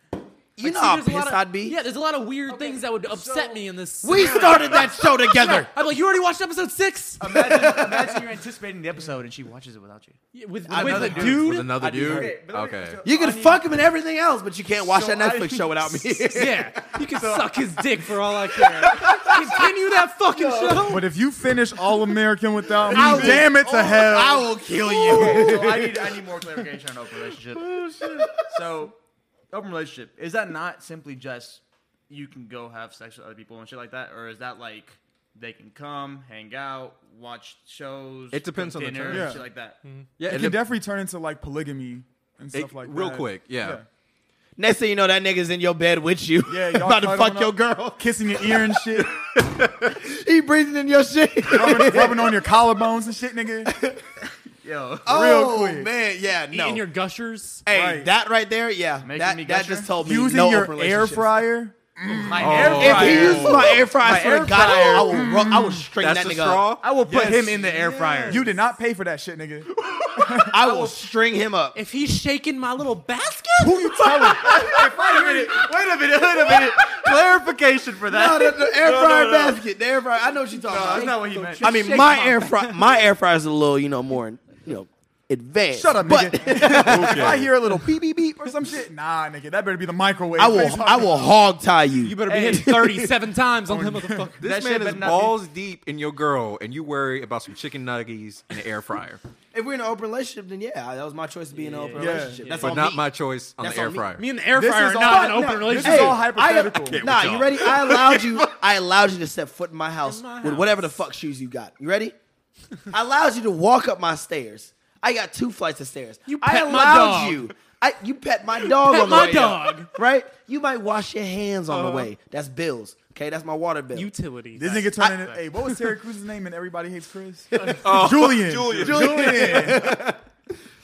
S4: you know
S6: See,
S4: how
S6: there's a lot
S4: pissed
S6: of-
S4: I'd be.
S6: Yeah, there's a lot of weird things that would upset me in this.
S4: We started that show together.
S6: I'm like, you already watched episode six
S7: imagine, imagine you're anticipating the episode and she watches it without you.
S6: Yeah, with, with
S4: Another
S6: a
S4: dude.
S6: dude.
S2: With another
S4: I'd be
S2: dude.
S4: hurt.
S2: Okay.
S4: You can fuck him and everything else, but you can't watch
S7: So
S4: that Netflix
S7: I-
S4: show without me.
S6: yeah, you can suck his dick for all I care. Continue that fucking show.
S5: But if you finish All American without me,
S4: I will-
S5: damn it to hell.
S4: I will kill you.
S7: So I need I need more clarification on open relationship. So open relationship is that not simply just you can go have sex with other people and shit like that, or is that like They can come, hang out, watch shows.
S2: It depends
S7: cook
S2: on the
S7: dinner,
S2: terms.
S7: and
S5: Yeah.
S7: shit like that.
S2: Yeah,
S5: It can
S2: and the-
S5: definitely turn into like polygamy and stuff like
S2: real
S5: that.
S2: quick, yeah.
S4: Next thing you know, that nigga's in your bed with you.
S5: Yeah, y'all
S4: about to
S5: cuddling
S4: fuck your
S5: up.
S4: girl.
S5: Kissing your ear and shit,
S4: He breathing in your shit.
S5: rubbing, rubbing on your collarbones and shit, nigga.
S7: Yo,
S5: Real
S4: oh
S5: quick.
S4: man, yeah, no.
S6: Eating your gushers.
S4: hey,
S5: Right.
S4: that right there, yeah,
S7: Making
S4: that,
S7: me
S4: that
S7: gusher?
S4: just told me
S5: Using
S4: no
S5: your
S4: open
S5: air
S4: relationships.
S5: fryer.
S7: my air
S2: Oh.
S4: If he
S7: fryer.
S4: uses my air fryer, I swear
S5: air
S4: to God, I will, ru- I will straighten
S2: That's
S4: that
S2: the
S4: nigga
S2: straw.
S4: up.
S7: I will put him in the air fryer.
S5: You did not pay for that shit, nigga.
S4: I will string him up.
S6: If he's shaking my little basket,
S5: Who you telling?
S7: wait a minute, wait a minute. Clarification for that.
S4: No, the, the air
S7: No,
S4: fryer
S7: no, no.
S4: basket, the air fryer. I know what you're talking about.
S7: that's not what he meant.
S4: I mean,
S7: Shake
S4: my air fry, my air fryer is a little, you know, more, you know, advanced.
S5: Shut up,
S4: but
S5: nigga. If I hear a little beep beep beep or some shit, nah, nigga, that better be the microwave.
S4: I
S5: What
S4: will,
S5: you
S4: I
S5: talking
S4: will
S5: about?
S4: hog tie you.
S6: you better be hitting 37 times on that motherfucker.
S2: This
S7: That shit
S2: man is
S7: better not be-
S2: balls deep in your girl, and you worry about some chicken nuggies in the air fryer,
S4: if we're in an open relationship, then yeah, that was my choice to be in an open
S5: Yeah.
S4: relationship. That's
S2: but
S4: all
S2: not
S4: me.
S2: my choice on
S4: That's
S2: the air
S4: on me.
S2: fryer.
S6: Me and the air
S5: This
S6: fryer
S5: is
S6: are
S5: all-
S6: not in an
S5: no,
S6: open
S5: this
S6: relationship.
S5: is all hypothetical.
S4: I, nah,
S2: y'all.
S4: you ready? I allowed you. I allowed you to step foot in my house,
S6: In my
S4: with
S6: house.
S4: whatever the fuck shoes you got. You ready? I allowed you to walk up my stairs. I got two flights of stairs.
S6: You
S4: I
S6: pet my
S4: allowed
S6: dog.
S4: you. I, you pet my dog
S6: Pet
S4: on the
S6: my
S4: way up,
S6: dog. Uh-huh.
S4: right? You might wash your hands on the way. That's bills. Okay, that's my water bill.
S6: Utility.
S5: This
S6: Like,
S5: nigga turning.
S6: I-
S5: Hey, what was Terry Crews' name in Everybody Hates Chris? Julian. Julian. Julian.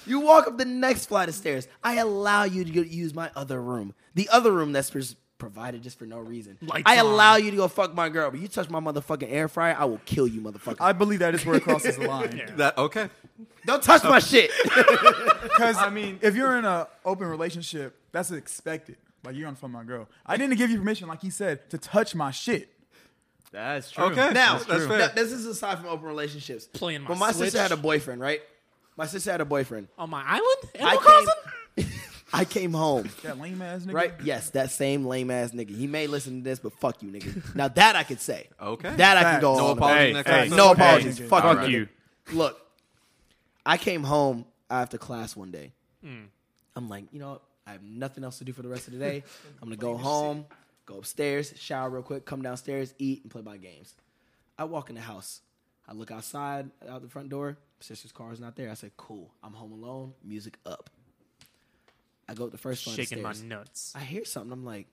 S4: You walk up the next flight of stairs. I allow you to go use my other room, the other room that's pres- provided just for no reason.
S6: Lights
S4: I
S6: on.
S4: allow you to go fuck my girl, but you touch my motherfucking air fryer, I will kill you, motherfucker.
S5: I believe that is where it crosses the line.
S2: That okay?
S4: Don't touch my shit.
S5: Because
S7: I mean-
S5: if you're in an open relationship, that's expected. Like you're gonna fuck my girl. I didn't give you permission, like he said, to touch my shit.
S7: That's true.
S2: Okay.
S4: now,
S2: That's true.
S4: now, this is aside from open relationships.
S6: Playing my
S4: When my
S6: Switch.
S4: sister had a boyfriend, right? My sister had a boyfriend.
S6: on my island?
S4: I
S6: Animal Crossing?
S4: came, I came home,
S5: That lame ass nigga.
S4: right? Yes, that same lame ass nigga. He may listen to this, but fuck you, nigga. Now that I could say.
S2: Okay.
S4: That I can
S5: Facts.
S4: go
S2: no
S4: on about.
S2: apologies.
S7: Hey,
S2: next
S7: hey,
S2: episode.
S4: No
S5: Hey,
S4: apologies.
S5: nigga.
S4: fuck
S7: Fuck
S4: you.
S7: you.
S4: look, I came home after class one day.
S6: Hmm.
S4: I'm like, you know, what? I have nothing else to do for the rest of the day. I'm gonna go home, go upstairs, shower real quick, come downstairs, eat, and play my games. I walk in the house. I look outside out the front door. Sister's car is not there. I said, "Cool, I'm home alone. Music up." I go up the first flight of
S6: Shaking my
S4: stairs.
S6: nuts.
S4: I hear something. I'm like,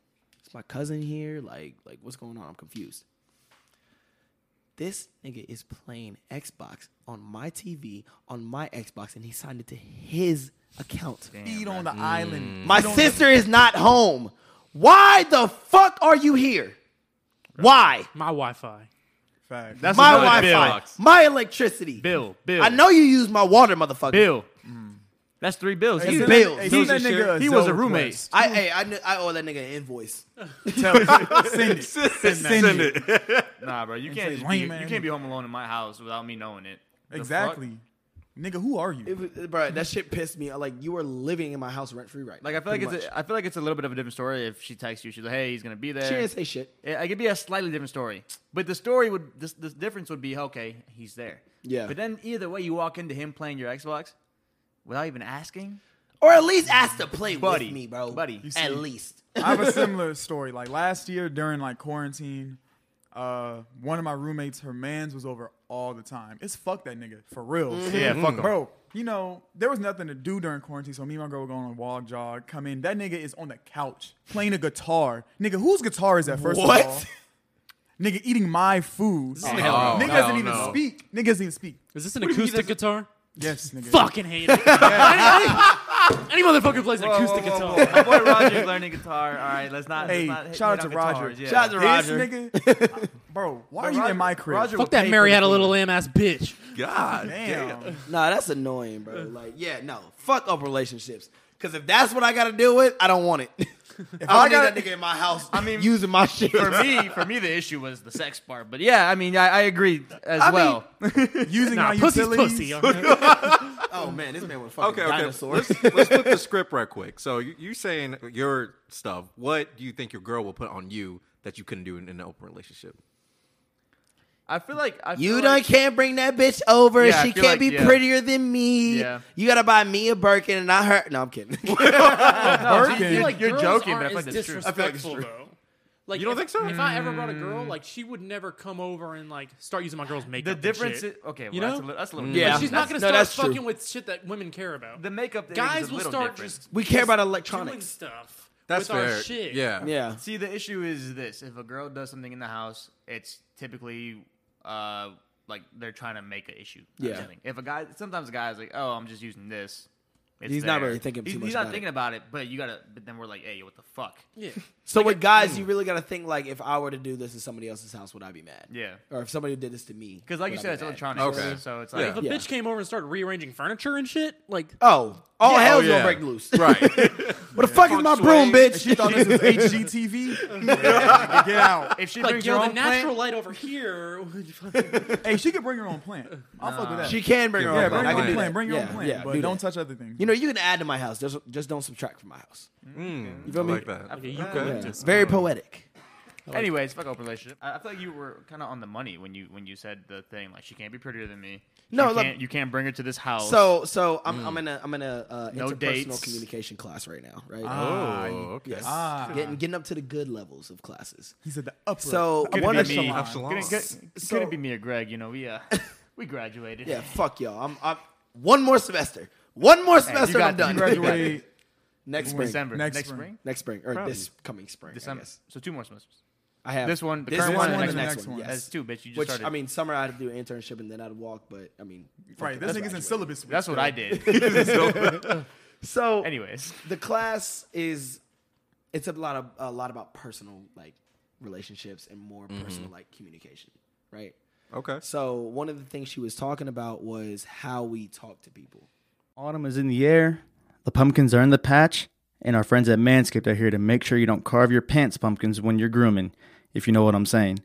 S4: is my cousin here? Like, like what's going on? I'm confused. This nigga is playing Xbox on my TV on my Xbox, and he signed it to his account.
S5: Feed on the island.
S4: My
S5: Feed on
S4: sister is not home. Why the fuck are you here? Why?
S6: My Wi Fi.
S5: the- Fact.
S7: That's
S4: My
S7: another bill.
S4: Wi-Fi, my electricity.
S7: Bill, Bill.
S4: I know you use my water, motherfucker.
S7: Bill. That's three bills.
S5: Hey,
S7: He-
S5: send
S4: Bill.
S5: that- hey,
S4: He-
S5: send that nigga
S7: he was
S5: Zelle
S7: a roommate.
S5: request.
S4: I, hey, I, kn- I owe that nigga an invoice.
S5: Tell him. Send it. Send it.
S7: Nah, bro, you
S5: say
S7: can't just be,
S5: lame
S7: you
S5: man.
S7: can't be home alone in my house without me knowing it. The
S5: Exactly.
S7: fuck?
S5: Nigga, who are you?
S4: It was, bro, that shit pissed me. Like you are living in my house rent free right
S7: Like
S4: now,
S7: I feel like
S4: pretty
S7: it's
S4: much.
S7: a, I feel like it's a little bit of a different story if she texts you. She's like, "Hey, he's gonna be there."
S4: She didn't say shit.
S7: It, it could be a slightly different story, but the story would this the difference would be okay, he's there.
S4: Yeah.
S7: But then either way, you walk into him playing your Xbox without even asking,
S4: Or at least ask to play
S7: buddy,
S4: with me, bro.
S7: buddy.
S5: You see-
S4: At least.
S5: I have a similar story. Like last year during like quarantine, uh, one of my roommates, her man's was over all the time. It's fuck that nigga for real.
S7: Yeah, fuck 'em.
S5: bro. You know there was nothing to do during quarantine, so me and my girl were going on a walk, jog, come in. That nigga is on the couch playing a guitar. Nigga, whose guitar is that? First
S4: What?
S5: of all, nigga eating my food.
S2: nigga-
S5: Hell
S2: Oh,
S5: nigga
S2: hell
S5: doesn't even
S2: no.
S5: speak. Nigga doesn't even speak.
S6: Is this an acoustic guitar?
S5: Yes, nigga.
S6: Fucking hate it. Any- any, any motherfucker plays an acoustic guitar.
S7: My boy Roger's learning guitar. All right, let's not.
S5: Hey,
S7: let's not
S5: shout out
S7: hit
S5: to
S7: on
S5: Roger.
S7: guitars. Yeah.
S4: Shout out to
S5: This
S4: Roger.
S5: nigga, bro. Why are you in my crib?
S7: Roger
S6: Fuck that
S7: Hey,
S6: Mary had a
S7: Brooklyn.
S6: little lame ass bitch.
S2: God
S5: Damn.
S2: damn.
S4: Nah, that's annoying, bro. Like, yeah, no. Fuck up relationships. Because if that's what I got to deal with, I don't want it. I
S5: I
S4: don't need
S5: gotta-
S4: that nigga in my house I mean,
S7: mean-
S4: using my shit.
S7: for me, for me, the issue was the sex part. But yeah, I mean, I, I agree as well.
S5: Using
S6: Nah,
S5: my
S6: pussy's
S5: utilities.
S6: pussy. all right?
S4: oh, man, this man was fucking
S2: Okay, okay.
S4: dinosaurs.
S2: Let's, let's flip the script right quick. So you, you saying your stuff. What do you think your girl will put on you that you couldn't do in, in an open relationship?
S7: I feel like I feel
S4: You
S7: like,
S4: done can't bring that bitch over.
S7: Yeah, I
S4: she
S7: feel
S4: can't
S7: like-
S4: be
S7: yeah.
S4: prettier than me.
S7: Yeah.
S4: You gotta buy me a Birkin and not her. No, I'm kidding.
S7: No, I
S5: Birkin.
S7: feel like you're
S6: Girls
S7: joking,
S6: aren't
S7: but I feel like
S6: as
S7: that's true.
S6: disrespectful though. Like
S2: You don't
S6: if-
S2: think so?
S6: If I ever brought a girl, like she would never come over and like start using my girl's
S7: The
S6: makeup.
S7: difference
S6: and
S7: is
S6: shit.
S7: okay. Well,
S6: You
S7: that's a
S6: know?
S7: little, that's a little.
S6: Like,
S7: different.
S4: Yeah.
S6: she's
S4: That's-
S6: not gonna
S4: no,
S6: start
S4: that's true.
S6: fucking with shit that women care about.
S7: the makeup. Thing
S6: Guys
S7: is a
S6: will
S7: little
S6: start
S7: different.
S6: just
S4: We care about
S6: doing
S4: electronics.
S6: stuff.
S2: That's
S6: with
S2: fair.
S6: Our shit.
S2: Yeah.
S4: Yeah.
S7: See, the issue is this: if a girl does something in the house, it's typically uh, like they're trying to make an issue. or
S4: Yeah.
S7: something. If a guy, sometimes a guy's like, "Oh, I'm just using this." It's
S4: He's not
S7: there.
S4: really thinking
S7: He's,
S4: too
S7: he's
S4: much
S7: not
S4: about
S7: thinking about it, but you gotta. But then we're like, "Hey, what the fuck?"
S6: Yeah.
S4: So with guys, you really got to think like, if I were to do this in somebody else's house, would I be mad?
S7: Yeah.
S4: Or if somebody did this to me?
S7: Because, like you
S4: would I
S7: said,
S4: be
S7: it's
S4: mad?
S7: electronic.
S2: Okay.
S7: So it's
S2: Yeah.
S7: like
S6: If a
S4: Yeah.
S6: bitch came over and started rearranging furniture and shit, like
S4: Oh, all
S2: Oh,
S4: hell's
S2: yeah.
S4: gonna break loose.
S2: Right.
S4: What the fuck is my
S2: Feng
S4: broom,
S2: shui.
S4: bitch?
S5: She thought this was HGTV. Yeah, Get out.
S7: if she
S6: like
S7: brings
S6: yo,
S7: her
S6: the
S7: own
S6: natural
S7: natural.
S6: light over here. would fucking-
S5: Hey, she could bring her own plant. I'll fuck with that.
S4: She can bring her
S5: yeah,
S4: own
S5: bring
S4: plant.
S5: her
S4: I can
S5: own
S4: do
S5: plant.
S4: that.
S5: Bring her own
S4: Yeah,
S5: plant.
S4: yeah,
S5: but
S4: do
S5: do not
S4: that.
S5: touch other things.
S4: You know, you can add to my house. Just, just don't subtract from my house.
S2: Mm,
S4: feel
S2: I Oh,
S4: me?
S2: like that.
S6: Okay,
S4: Yeah.
S6: you-
S7: uh,
S4: Very poetic.
S7: anyways, fuck open relationship. I, I feel like you were kind of on the money when you when you said the thing like she can't be prettier than me.
S4: No,
S7: you
S4: look-
S7: can't, you can't bring her to this house. Mm.
S4: So, so I'm, I'm in a, I'm in a uh,
S7: No
S4: interpersonal
S7: dates.
S4: communication class right now. Right.
S5: Ah,
S2: Oh,
S5: you-
S2: okay.
S4: yes.
S5: ah.
S4: Getting, getting up to the good levels of classes.
S5: He said the upper.
S4: So
S7: Could
S4: I
S7: it
S4: wanted
S7: be me?
S5: echelon.
S2: Epsilon.
S7: Couldn't, could,
S4: So-
S7: couldn't be me or Greg. You know, we uh, we graduated.
S4: Yeah, fuck y'all. I'm, I'm one more semester. One more
S7: you
S4: semester,
S7: got
S4: I'm done.
S5: graduate.
S4: Next spring.
S7: December.
S5: Next
S7: Next,
S5: spring.
S7: spring.
S4: Next spring or this coming spring.
S7: December.
S4: I, guess.
S7: So two more semesters.
S4: I have
S7: This one, the
S4: this
S7: current
S4: one,
S7: one,
S4: and
S7: the next, one.
S4: Yes.
S7: That's two, bitch. You just
S4: Which
S7: started.
S4: I mean, summer I'd do an internship and then I'd walk. But I mean,
S5: Right, this nigga's in syllabus.
S7: that's what I did.
S4: so
S7: Anyways,
S4: the class is it's a lot of a lot about personal like relationships and more
S2: Mm-hmm.
S4: personal like communication, right?
S2: Okay.
S4: So one of the things she was talking about was how we talk to people.
S3: Autumn is in the air, the pumpkins are in the patch, and our friends at Manscaped are here to make sure you don't carve your pants pumpkins when you're grooming, if you know what I'm saying.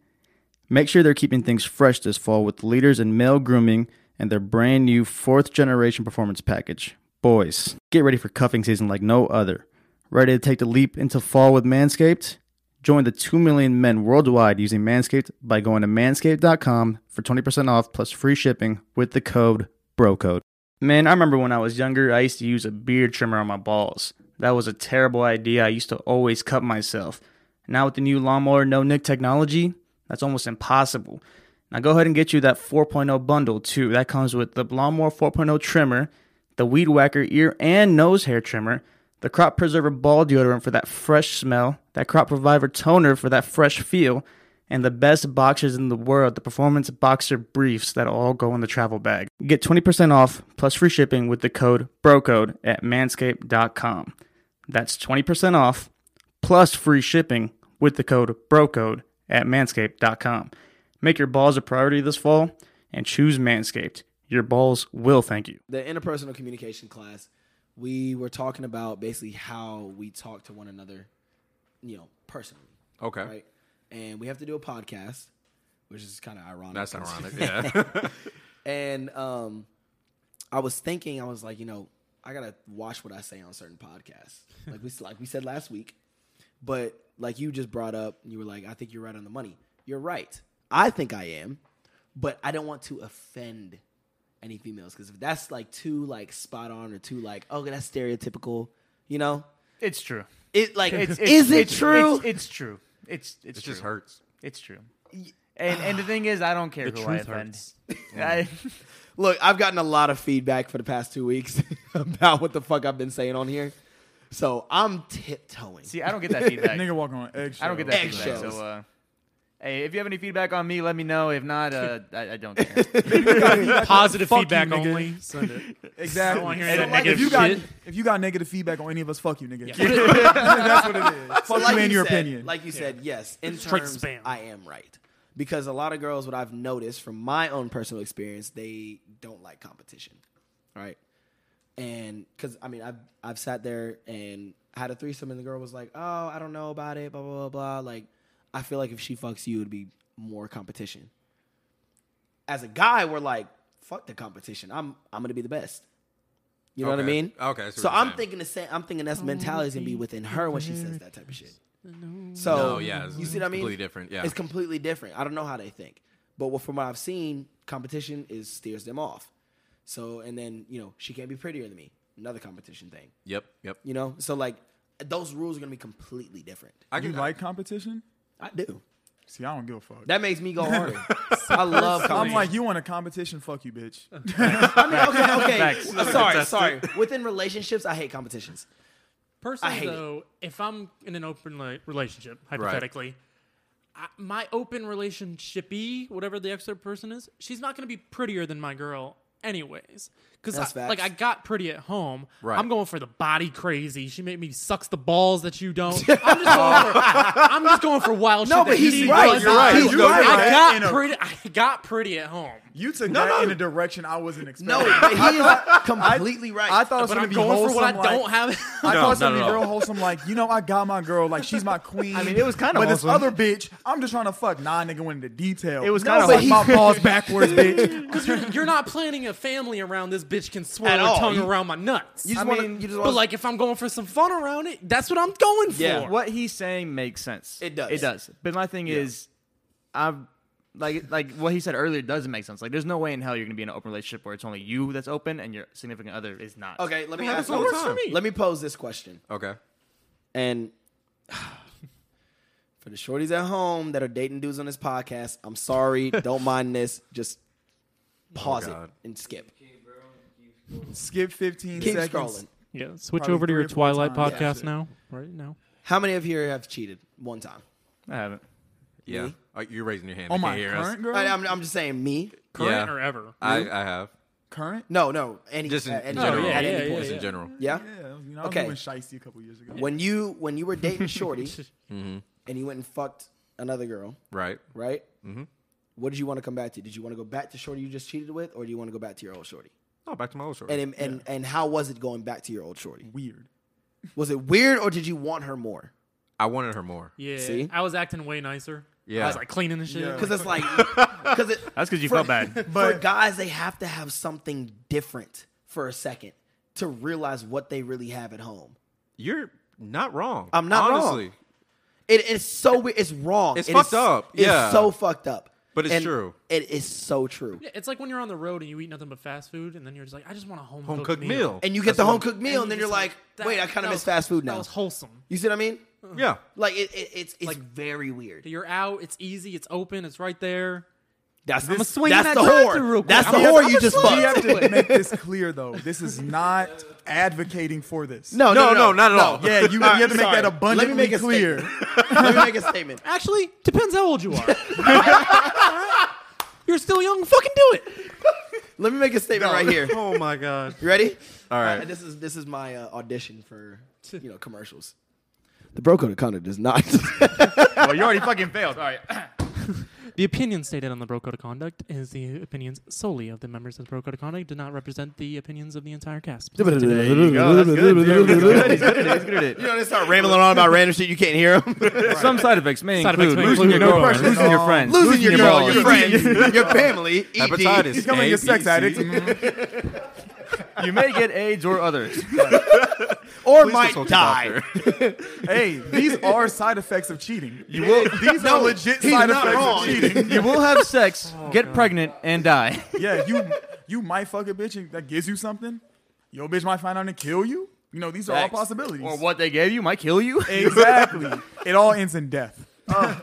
S3: Make sure they're keeping things fresh this fall with leaders in male grooming and their brand new fourth generation performance package. Boys, get ready for cuffing season like no other. Ready to take the leap into fall with Manscaped? Join the 2 million men worldwide using Manscaped by going to manscaped.com for 20% off plus free shipping with the code BROCODE. Man, I remember when I was younger, I used to use a beard trimmer on my balls. That was a terrible idea. I used to always cut myself. Now with the new lawnmower no nick technology, that's almost impossible. Now go ahead and get you that 4.0 bundle too. That comes with the lawnmower 4.0 trimmer, the weed whacker ear and nose hair trimmer, the crop preserver ball deodorant for that fresh smell, that crop reviver toner for that fresh feel, and the best boxers in the world, the performance boxer briefs that all go in the travel bag. Get 20% off plus free shipping with the code BROCODE at manscaped.com. That's 20% off plus free shipping with the code BROCODE at manscaped.com. Make your balls a priority this fall and choose Manscaped. Your balls will thank you.
S4: the interpersonal communication class, we were talking about basically how we talk to one another, you know, personally,
S2: Okay.
S4: right? And we have to do a podcast, which is kind of ironic.
S2: That's
S4: 'cause-
S2: ironic. Yeah.
S4: And um, I was thinking, I was like, you know, I gotta watch what I say on certain podcasts, like we like we said last week. But like you just brought up, you were like, I think you're right on the money. You're right. I think I am, but I don't want to offend any females because if that's like too like spot on or too like okay, that's stereotypical, you know,
S7: it's true.
S4: it like
S7: It's, it's,
S4: is it
S7: it's-
S4: true?
S7: It's, it's true. It's it's
S2: it
S7: true.
S2: just hurts.
S7: It's true. And and the thing is, I don't care who I
S6: truth
S7: offend. I,
S4: Look, I've gotten a lot of feedback for the past two weeks about what the fuck I've been saying on here, so I'm tiptoeing.
S7: see, I don't get that feedback.
S5: Nigga walking on eggshells.
S7: I don't get that feedback.
S4: Eggshells.
S7: So, uh, hey, if you have any feedback on me, let me know. If not, uh, I, I don't care.
S6: Positive
S5: Fuck you,
S6: feedback
S5: nigga.
S6: only. Send it. I
S5: Exactly.
S6: don't wanna hear
S5: So,
S6: that
S5: like, if
S6: negative
S5: you got
S6: shit.
S5: if you got negative feedback on any of us, fuck you, nigga.
S6: Yeah.
S5: That's what it is. Fuck
S4: So
S5: you and your
S4: said,
S5: opinion.
S4: Like you said, yes. In
S6: Straight
S4: terms,
S6: spam.
S4: I am right because a lot of girls, what I've noticed from my own personal experience, they don't like competition, right? And because I mean, I've I've sat there and had a threesome, and the girl was like, "Oh, I don't know about it," blah blah blah. blah. Like, I feel like if she fucks you, it'd be more competition. As a guy, we're like, "Fuck the competition. I'm I'm gonna be the best." You know what I
S2: Okay.
S4: mean?
S2: Okay, I see what
S4: So
S2: you're
S4: I'm
S2: saying.
S4: thinking the same. I'm thinking that's mentality is gonna be within her when she says that type of shit. So
S2: No, yeah, it's
S4: you see what I mean?
S2: completely different, yeah.
S4: it's completely different. I don't know how they think, but what, from what I've seen, competition is steers them off. So and then you know she can't be prettier than me. Another competition thing.
S2: Yep. Yep.
S4: You know, so like those rules are gonna be completely different.
S2: I
S5: you
S2: can
S5: like competition?
S4: I do.
S5: See, I don't give a fuck.
S4: That makes me go harder. I love
S5: I'm
S4: competition.
S5: like, you want a competition? Fuck you, bitch.
S4: I mean, okay, okay.
S7: Facts.
S4: I'm sorry, sorry. Within relationships, I hate competitions. I
S6: Personally,
S4: hate it.
S6: though, if I'm in an open like, relationship, hypothetically, I, my open relationshipy, whatever the extra person is, she's not going to be prettier than my girl, anyways. Because
S4: That's
S6: like I
S4: facts.
S6: got pretty at home.
S2: Right.
S6: I'm going for the body crazy. She made me sucks the balls that you don't. I'm just going for, I'm just going for wild
S4: No,
S6: shit.
S4: but
S6: that
S4: he's
S6: he
S4: right.
S6: does
S4: You're
S6: not
S4: right.
S6: do.
S4: You're right.
S6: I
S5: In
S6: got
S5: a-
S6: pretty. I got pretty at home.
S5: You took that in a direction I wasn't
S4: No, but
S5: expecting.
S4: he is completely right.
S5: I thought it was
S6: But
S5: going
S6: I'm
S5: to be
S6: going for
S5: wholesome.
S6: what I
S5: like,
S6: don't have.
S5: I
S2: No,
S5: thought it was
S2: no,
S5: going to
S2: no,
S5: be
S2: no.
S5: real wholesome. Like, you know, I got my girl. Like, she's my queen. I
S8: mean, it was kinda
S5: But
S8: wholesome.
S5: this other bitch, I'm just trying to fuck. Nah, nigga went into detail.
S8: It was
S5: No,
S8: kinda
S5: but
S8: wholesome.
S5: my balls backwards, bitch.
S6: Because you're, you're not planning a family around this bitch can swirl
S8: At
S6: her
S8: all.
S6: tongue
S8: You-
S6: around my nuts.
S4: you just
S8: I
S4: want
S8: mean,
S4: to. You just
S6: but
S4: want
S6: like if I'm going for some fun around it, that's what I'm going for.
S4: Yeah.
S8: What he's saying makes sense.
S4: It does.
S8: It does. But my thing is, I've like like what he said earlier doesn't make sense. Like, there's no way in hell you're gonna be in an open relationship where it's only you that's open and your significant other is not.
S4: Okay, let me
S2: That
S4: ask.
S2: happens all
S4: you
S2: the
S4: this.
S2: time.
S4: Let me pose this question.
S2: Okay.
S4: And for the shorties at home that are dating dudes on this podcast, I'm sorry. don't mind this. Just pause it
S2: Oh, God.
S4: and skip.
S5: Skip 15
S4: Keep
S5: seconds.
S4: scrolling.
S6: Yeah. Switch
S5: Probably over to three your or four Twilight times. podcast
S4: Yeah.
S6: now. Right now.
S4: How many of you here have cheated one time?
S8: I haven't.
S2: Yeah. Uh, you're raising your hand.
S5: Oh,
S2: they
S5: my
S2: can't hear us.
S5: current girl?
S4: I, am I'm just saying me.
S6: Current
S2: Yeah.
S6: or ever.
S2: I, I have.
S5: current?
S4: No, no. Any
S2: Just in
S4: at, any-
S2: general.
S6: yeah,
S4: at any
S6: yeah,
S4: point.
S2: Just
S6: yeah.
S2: in general.
S4: Yeah?
S5: Yeah, you know, I was
S4: Okay.
S5: doing shiesty a couple years ago.
S4: When you when you were dating shorty,
S2: Mm-hmm.
S4: and you went and fucked another girl,
S2: Right.
S4: right? Mm-hmm. What did you want to come back to? Did you want to go back to shorty you just cheated with, or do you want to go back to your old shorty?
S2: Oh, back to my old story.
S4: And and and how was it going back to your old shorty?
S5: Weird.
S4: Was it weird, or did you want her more?
S2: I wanted her more.
S6: Yeah.
S4: See?
S6: I was acting way nicer.
S2: Yeah.
S6: I was like cleaning and shit.
S5: Yeah.
S4: Because it's like, because it,
S8: That's because you
S4: For-
S8: felt bad.
S4: for
S5: But-
S4: guys, they have to have something different for a second to realize what they really have at home.
S2: You're not wrong.
S4: I'm not wrong.
S2: honestly.
S4: It is so we- it's wrong.
S2: It's
S4: It
S2: fucked
S4: is-
S2: up. Yeah.
S4: it's so fucked up.
S2: But it's
S4: And
S2: true.
S4: It is so true.
S6: Yeah, It's like when you're on the road and you eat nothing but fast food, and then you're just like, I just want a home
S2: Home cooked meal.
S4: And you get the home cooked meal, and then you're
S6: just
S4: like,
S6: that-
S4: wait, I kind of
S6: that
S4: miss
S6: was-
S4: fast food
S6: That
S4: now.
S6: was wholesome.
S4: You see what I mean?
S2: yeah.
S4: Mm. Like it, it it's it's very weird.
S6: You're out. It's easy. It's open. It's right there.
S4: That's the
S6: swing
S4: That's
S6: that
S4: the
S6: drive-thru real
S4: whore.
S6: quick.
S4: That's the
S6: I'm a-
S4: whore you just
S5: We have
S4: fucked.
S5: to make this clear, though. This is not advocating for this.
S4: No, no, no,
S2: No, no, not at all.
S5: Yeah, you, you
S4: All right,
S5: have to make
S4: sorry.
S5: that abundantly
S4: Let me make a
S5: clear.
S4: Let me make a statement.
S6: Actually, depends how old you are. You're still young. Fucking do it.
S4: Let me make a statement right here.
S2: Oh my god.
S4: You ready?
S2: All right.
S4: Uh, this is this is my uh, audition for you know commercials. The bro code of conduct does not.
S8: well, you already fucking failed. All right.
S6: The opinions stated on the Bro Code of Conduct is the opinions solely of the members of the Bro Code of Conduct, do not represent the opinions of the entire cast.
S8: Yo, that's good. dude. He's good at it. He's good at it. He's good at it.
S4: you know, they start rambling on about random shit you can't hear them.
S8: Some side effects may
S6: Side
S8: include
S6: effects may
S8: losing your
S6: include
S8: girlfriend,
S5: no
S8: losing your friends,
S4: Losing your girl,
S8: balls.
S4: your friends, your family, E ED.
S2: Hepatitis.
S5: E He's coming
S2: A,
S5: to sex
S2: B, C.
S5: addict.
S8: You may get AIDS or others.
S4: or
S2: Please
S4: might
S2: consult your
S4: die.
S2: doctor.
S5: hey, these are side effects of cheating.
S8: You will.
S5: These are legit
S4: he's
S5: side
S4: not
S5: effects
S4: wrong.
S5: of cheating.
S8: You will have sex, get pregnant, and die.
S5: Yeah, you you might fuck a bitch and that gives you something. Your bitch might find out and kill you. You know, these are all possibilities.
S8: Or what they gave you might kill you.
S5: Exactly. it all ends in death.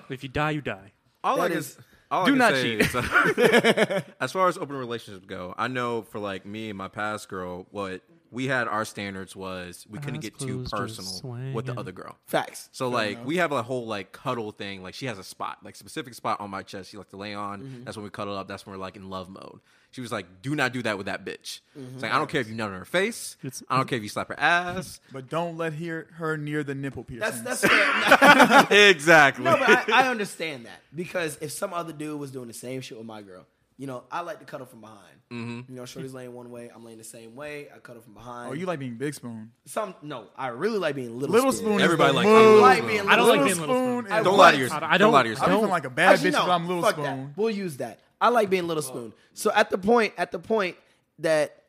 S6: If you die, you die.
S2: All I
S4: That
S2: can,
S4: is-
S2: all
S8: Do
S2: I can
S8: not
S2: say
S8: cheat.
S2: is, uh, as far as open relationships go, I know for like me and my past girl, what we had our standards was we couldn't
S6: Eyes
S2: get too
S6: closed, just
S2: personal with the
S6: swinging.
S2: other girl.
S4: Facts.
S2: So like we have a whole like cuddle thing. Like she has a spot, like specific spot on my chest. She like to lay on. That's when we cuddle up. That's when we're like in love mode. She was like, "Do not do that with that bitch." It's like I don't care if you nut on her face.
S6: It's-
S2: I don't care if you slap her ass.
S5: But don't let her, her near the nipple
S4: That's
S5: piercing.
S4: that's fair.
S2: exactly.
S4: No, but I, I understand that because if some other dude was doing the same shit with my girl, you know, I like to cuddle from behind. You know, Shorty's laying one way, I'm laying the same way. I cuddle from behind.
S5: oh, you like being big spoon.
S4: some? No, I really like being little.
S5: Little spoon.
S2: Everybody
S5: is the
S2: likes
S5: move.
S2: little
S4: I like being
S6: I don't
S4: little
S6: like being little
S5: spoon.
S6: spoon.
S5: and
S2: don't lie to
S4: what?
S2: yourself.
S6: I- I
S2: don't lie
S6: don't-
S2: to
S5: I'm
S2: yourself.
S5: feeling like a bad
S4: Actually,
S5: bitch because
S4: no,
S5: I'm little
S4: fuck
S5: spoon.
S4: that. We'll use that. I like being little spoon. So at the point, at the point that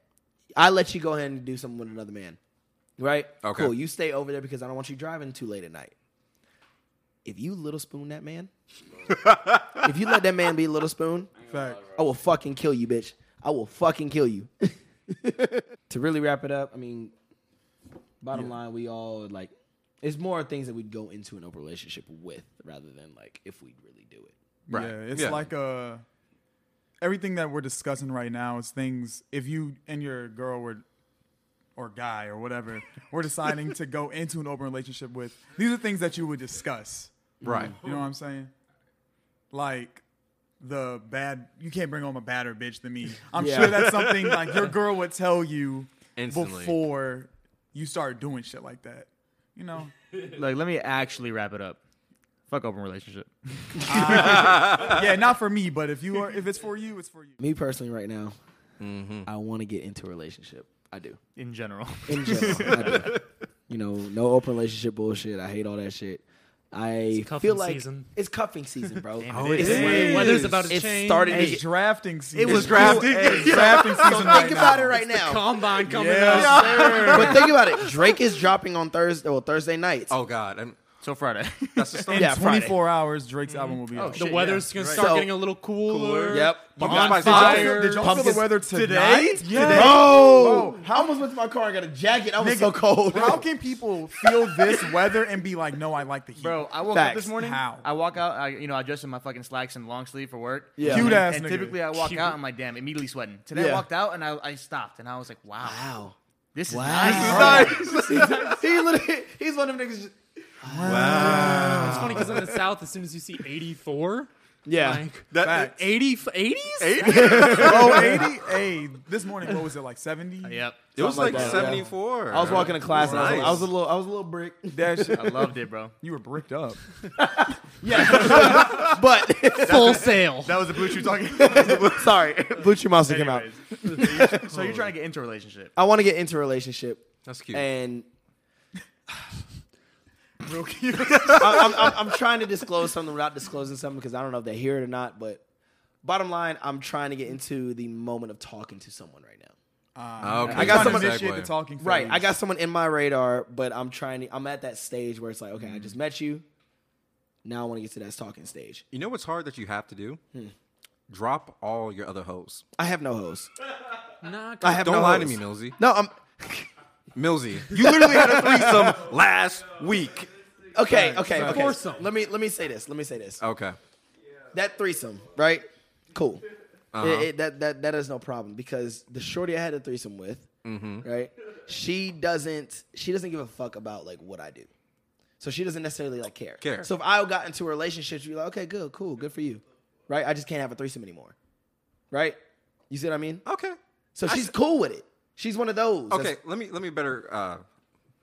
S4: I let you go ahead and do something with another man, right?
S2: Okay.
S4: Cool. You stay over there because I don't want you driving too late at night. If you little spoon that man, if you let that man be little spoon,
S5: Fact.
S4: I will fucking kill you, bitch. I will fucking kill you. to really wrap it up, I mean, bottom line, we all like It's more things that we'd go into an open relationship with rather than like if we'd really do it.
S2: Right.
S5: Yeah, it's
S2: Yeah.
S5: like a everything that we're discussing right now is things if you and your girl were or guy or whatever we're deciding to go into an open relationship with these are things that you would discuss.
S2: Right.
S5: You know what I'm saying? Like the bad you can't bring home a badder bitch to me. I'm
S4: Yeah.
S5: sure that's something like your girl would tell you
S2: Instantly.
S5: before you start doing shit like that. You know?
S8: Like, let me actually wrap it up. Fuck open relationship.
S5: yeah, not for me, but if you are if it's for you, it's for you.
S4: Me personally, right now, I want to get into a relationship. I do.
S8: In general,
S4: In general, I do. You know, no open relationship bullshit. I hate all that shit. I
S6: cuffing
S4: feel like
S6: season.
S4: it's cuffing season, bro.
S2: Oh, it
S4: It's-
S2: is.
S6: When the weather's about to
S1: It's
S6: change.
S1: starting to
S5: It's
S1: get.
S5: drafting season. It
S2: was drafting.
S5: drafting season. right
S4: Think about
S5: now.
S4: it right now.
S6: Combine coming
S5: Yeah.
S6: up.
S4: But think about it. Drake is dropping on Thursday. Well, Thursday nights.
S2: Oh God. I'm,
S8: so Friday.
S2: that's the story.
S5: In
S4: Yeah, Friday. Mm-hmm. Oh,
S5: 24 hours, Drake's album will be out.
S6: The weather's gonna start
S4: So-
S6: getting a little cooler.
S4: Yep.
S5: Did
S6: Bonfire.
S5: y'all- Did y'all feel the
S4: Pumpkins-
S5: weather today? Yeah.
S4: Oh, I almost went to my car and got a jacket. I was so cold.
S5: How can people feel this weather and be like, no, I like the heat?
S8: Bro, I woke up
S4: Facts.
S8: this morning.
S5: How?
S8: I walk out. I, you know, I dress in my fucking slacks and long sleeve for work.
S4: Yeah.
S5: Cute
S8: And,
S5: ass
S8: and
S5: nigga.
S8: typically I walk
S6: Cute.
S8: out. I'm like, damn, immediately sweating. Today
S4: Yeah.
S8: I walked out and I, I stopped and I was like, wow,
S4: Wow.
S8: this is
S4: Wow.
S8: nice.
S4: he literally, he's one of them niggas.
S6: It's funny because in the South, as soon as you see 84,
S4: Yeah.
S6: like
S2: That,
S6: 80, 80s,
S5: oh, 80? Hey, this morning, what was it, like 70?
S4: Oh,
S8: Yep,
S2: it was
S4: Something
S2: like,
S4: like that, yeah.
S2: 74.
S4: I was walking to class and I was,
S2: Nice.
S4: I was a little, I was a little brick.
S5: That shit,
S4: Oh.
S8: I loved it, bro.
S5: you were bricked up.
S4: But
S6: full sail.
S8: That was the Bluetooth talking.
S4: sorry, Blue Chew Monster came out.
S8: Anyways, so you're trying to get into a relationship.
S4: I want to get into a relationship
S2: That's cute.
S4: and I- I'm, I'm, I'm trying to disclose something without disclosing something because I don't know if they hear it or not. But bottom line, I'm trying to get into the moment of talking to someone right now.
S2: Ah, okay.
S4: I got
S5: Trying to
S4: someone-
S5: initiate the talking.
S4: Right.
S5: phase.
S4: I got someone in my radar, but I'm trying to, I'm at that stage where it's like, okay, I just met you. Now I want to get to that talking stage.
S2: You know what's hard that you have to do? Drop all your other hoes.
S4: I have no hoes.
S6: Nah,
S4: I have
S2: Don't
S4: no
S2: lie
S4: hoes.
S2: to me, Millsy.
S4: No, I'm
S2: Millsy, you literally had a threesome last week.
S4: okay. Okay. okay.
S6: Foursome.
S4: Let me let me say this. Let me say this.
S2: Okay.
S4: That threesome, right? Cool.
S2: Uh-huh.
S4: It- it- that that that is no problem because the shorty I had a threesome with,
S2: Mm-hmm.
S4: right? She doesn't she doesn't give a fuck about like what I do, so she doesn't necessarily like care.
S2: Care.
S4: So if I got into a relationship, she'd be like, okay, good, cool, good for you, right? I just can't have a threesome anymore, right? You see what I mean?
S2: Okay.
S4: So she's cool with it. She's one of those. That's-
S2: Okay. Let me let me better uh,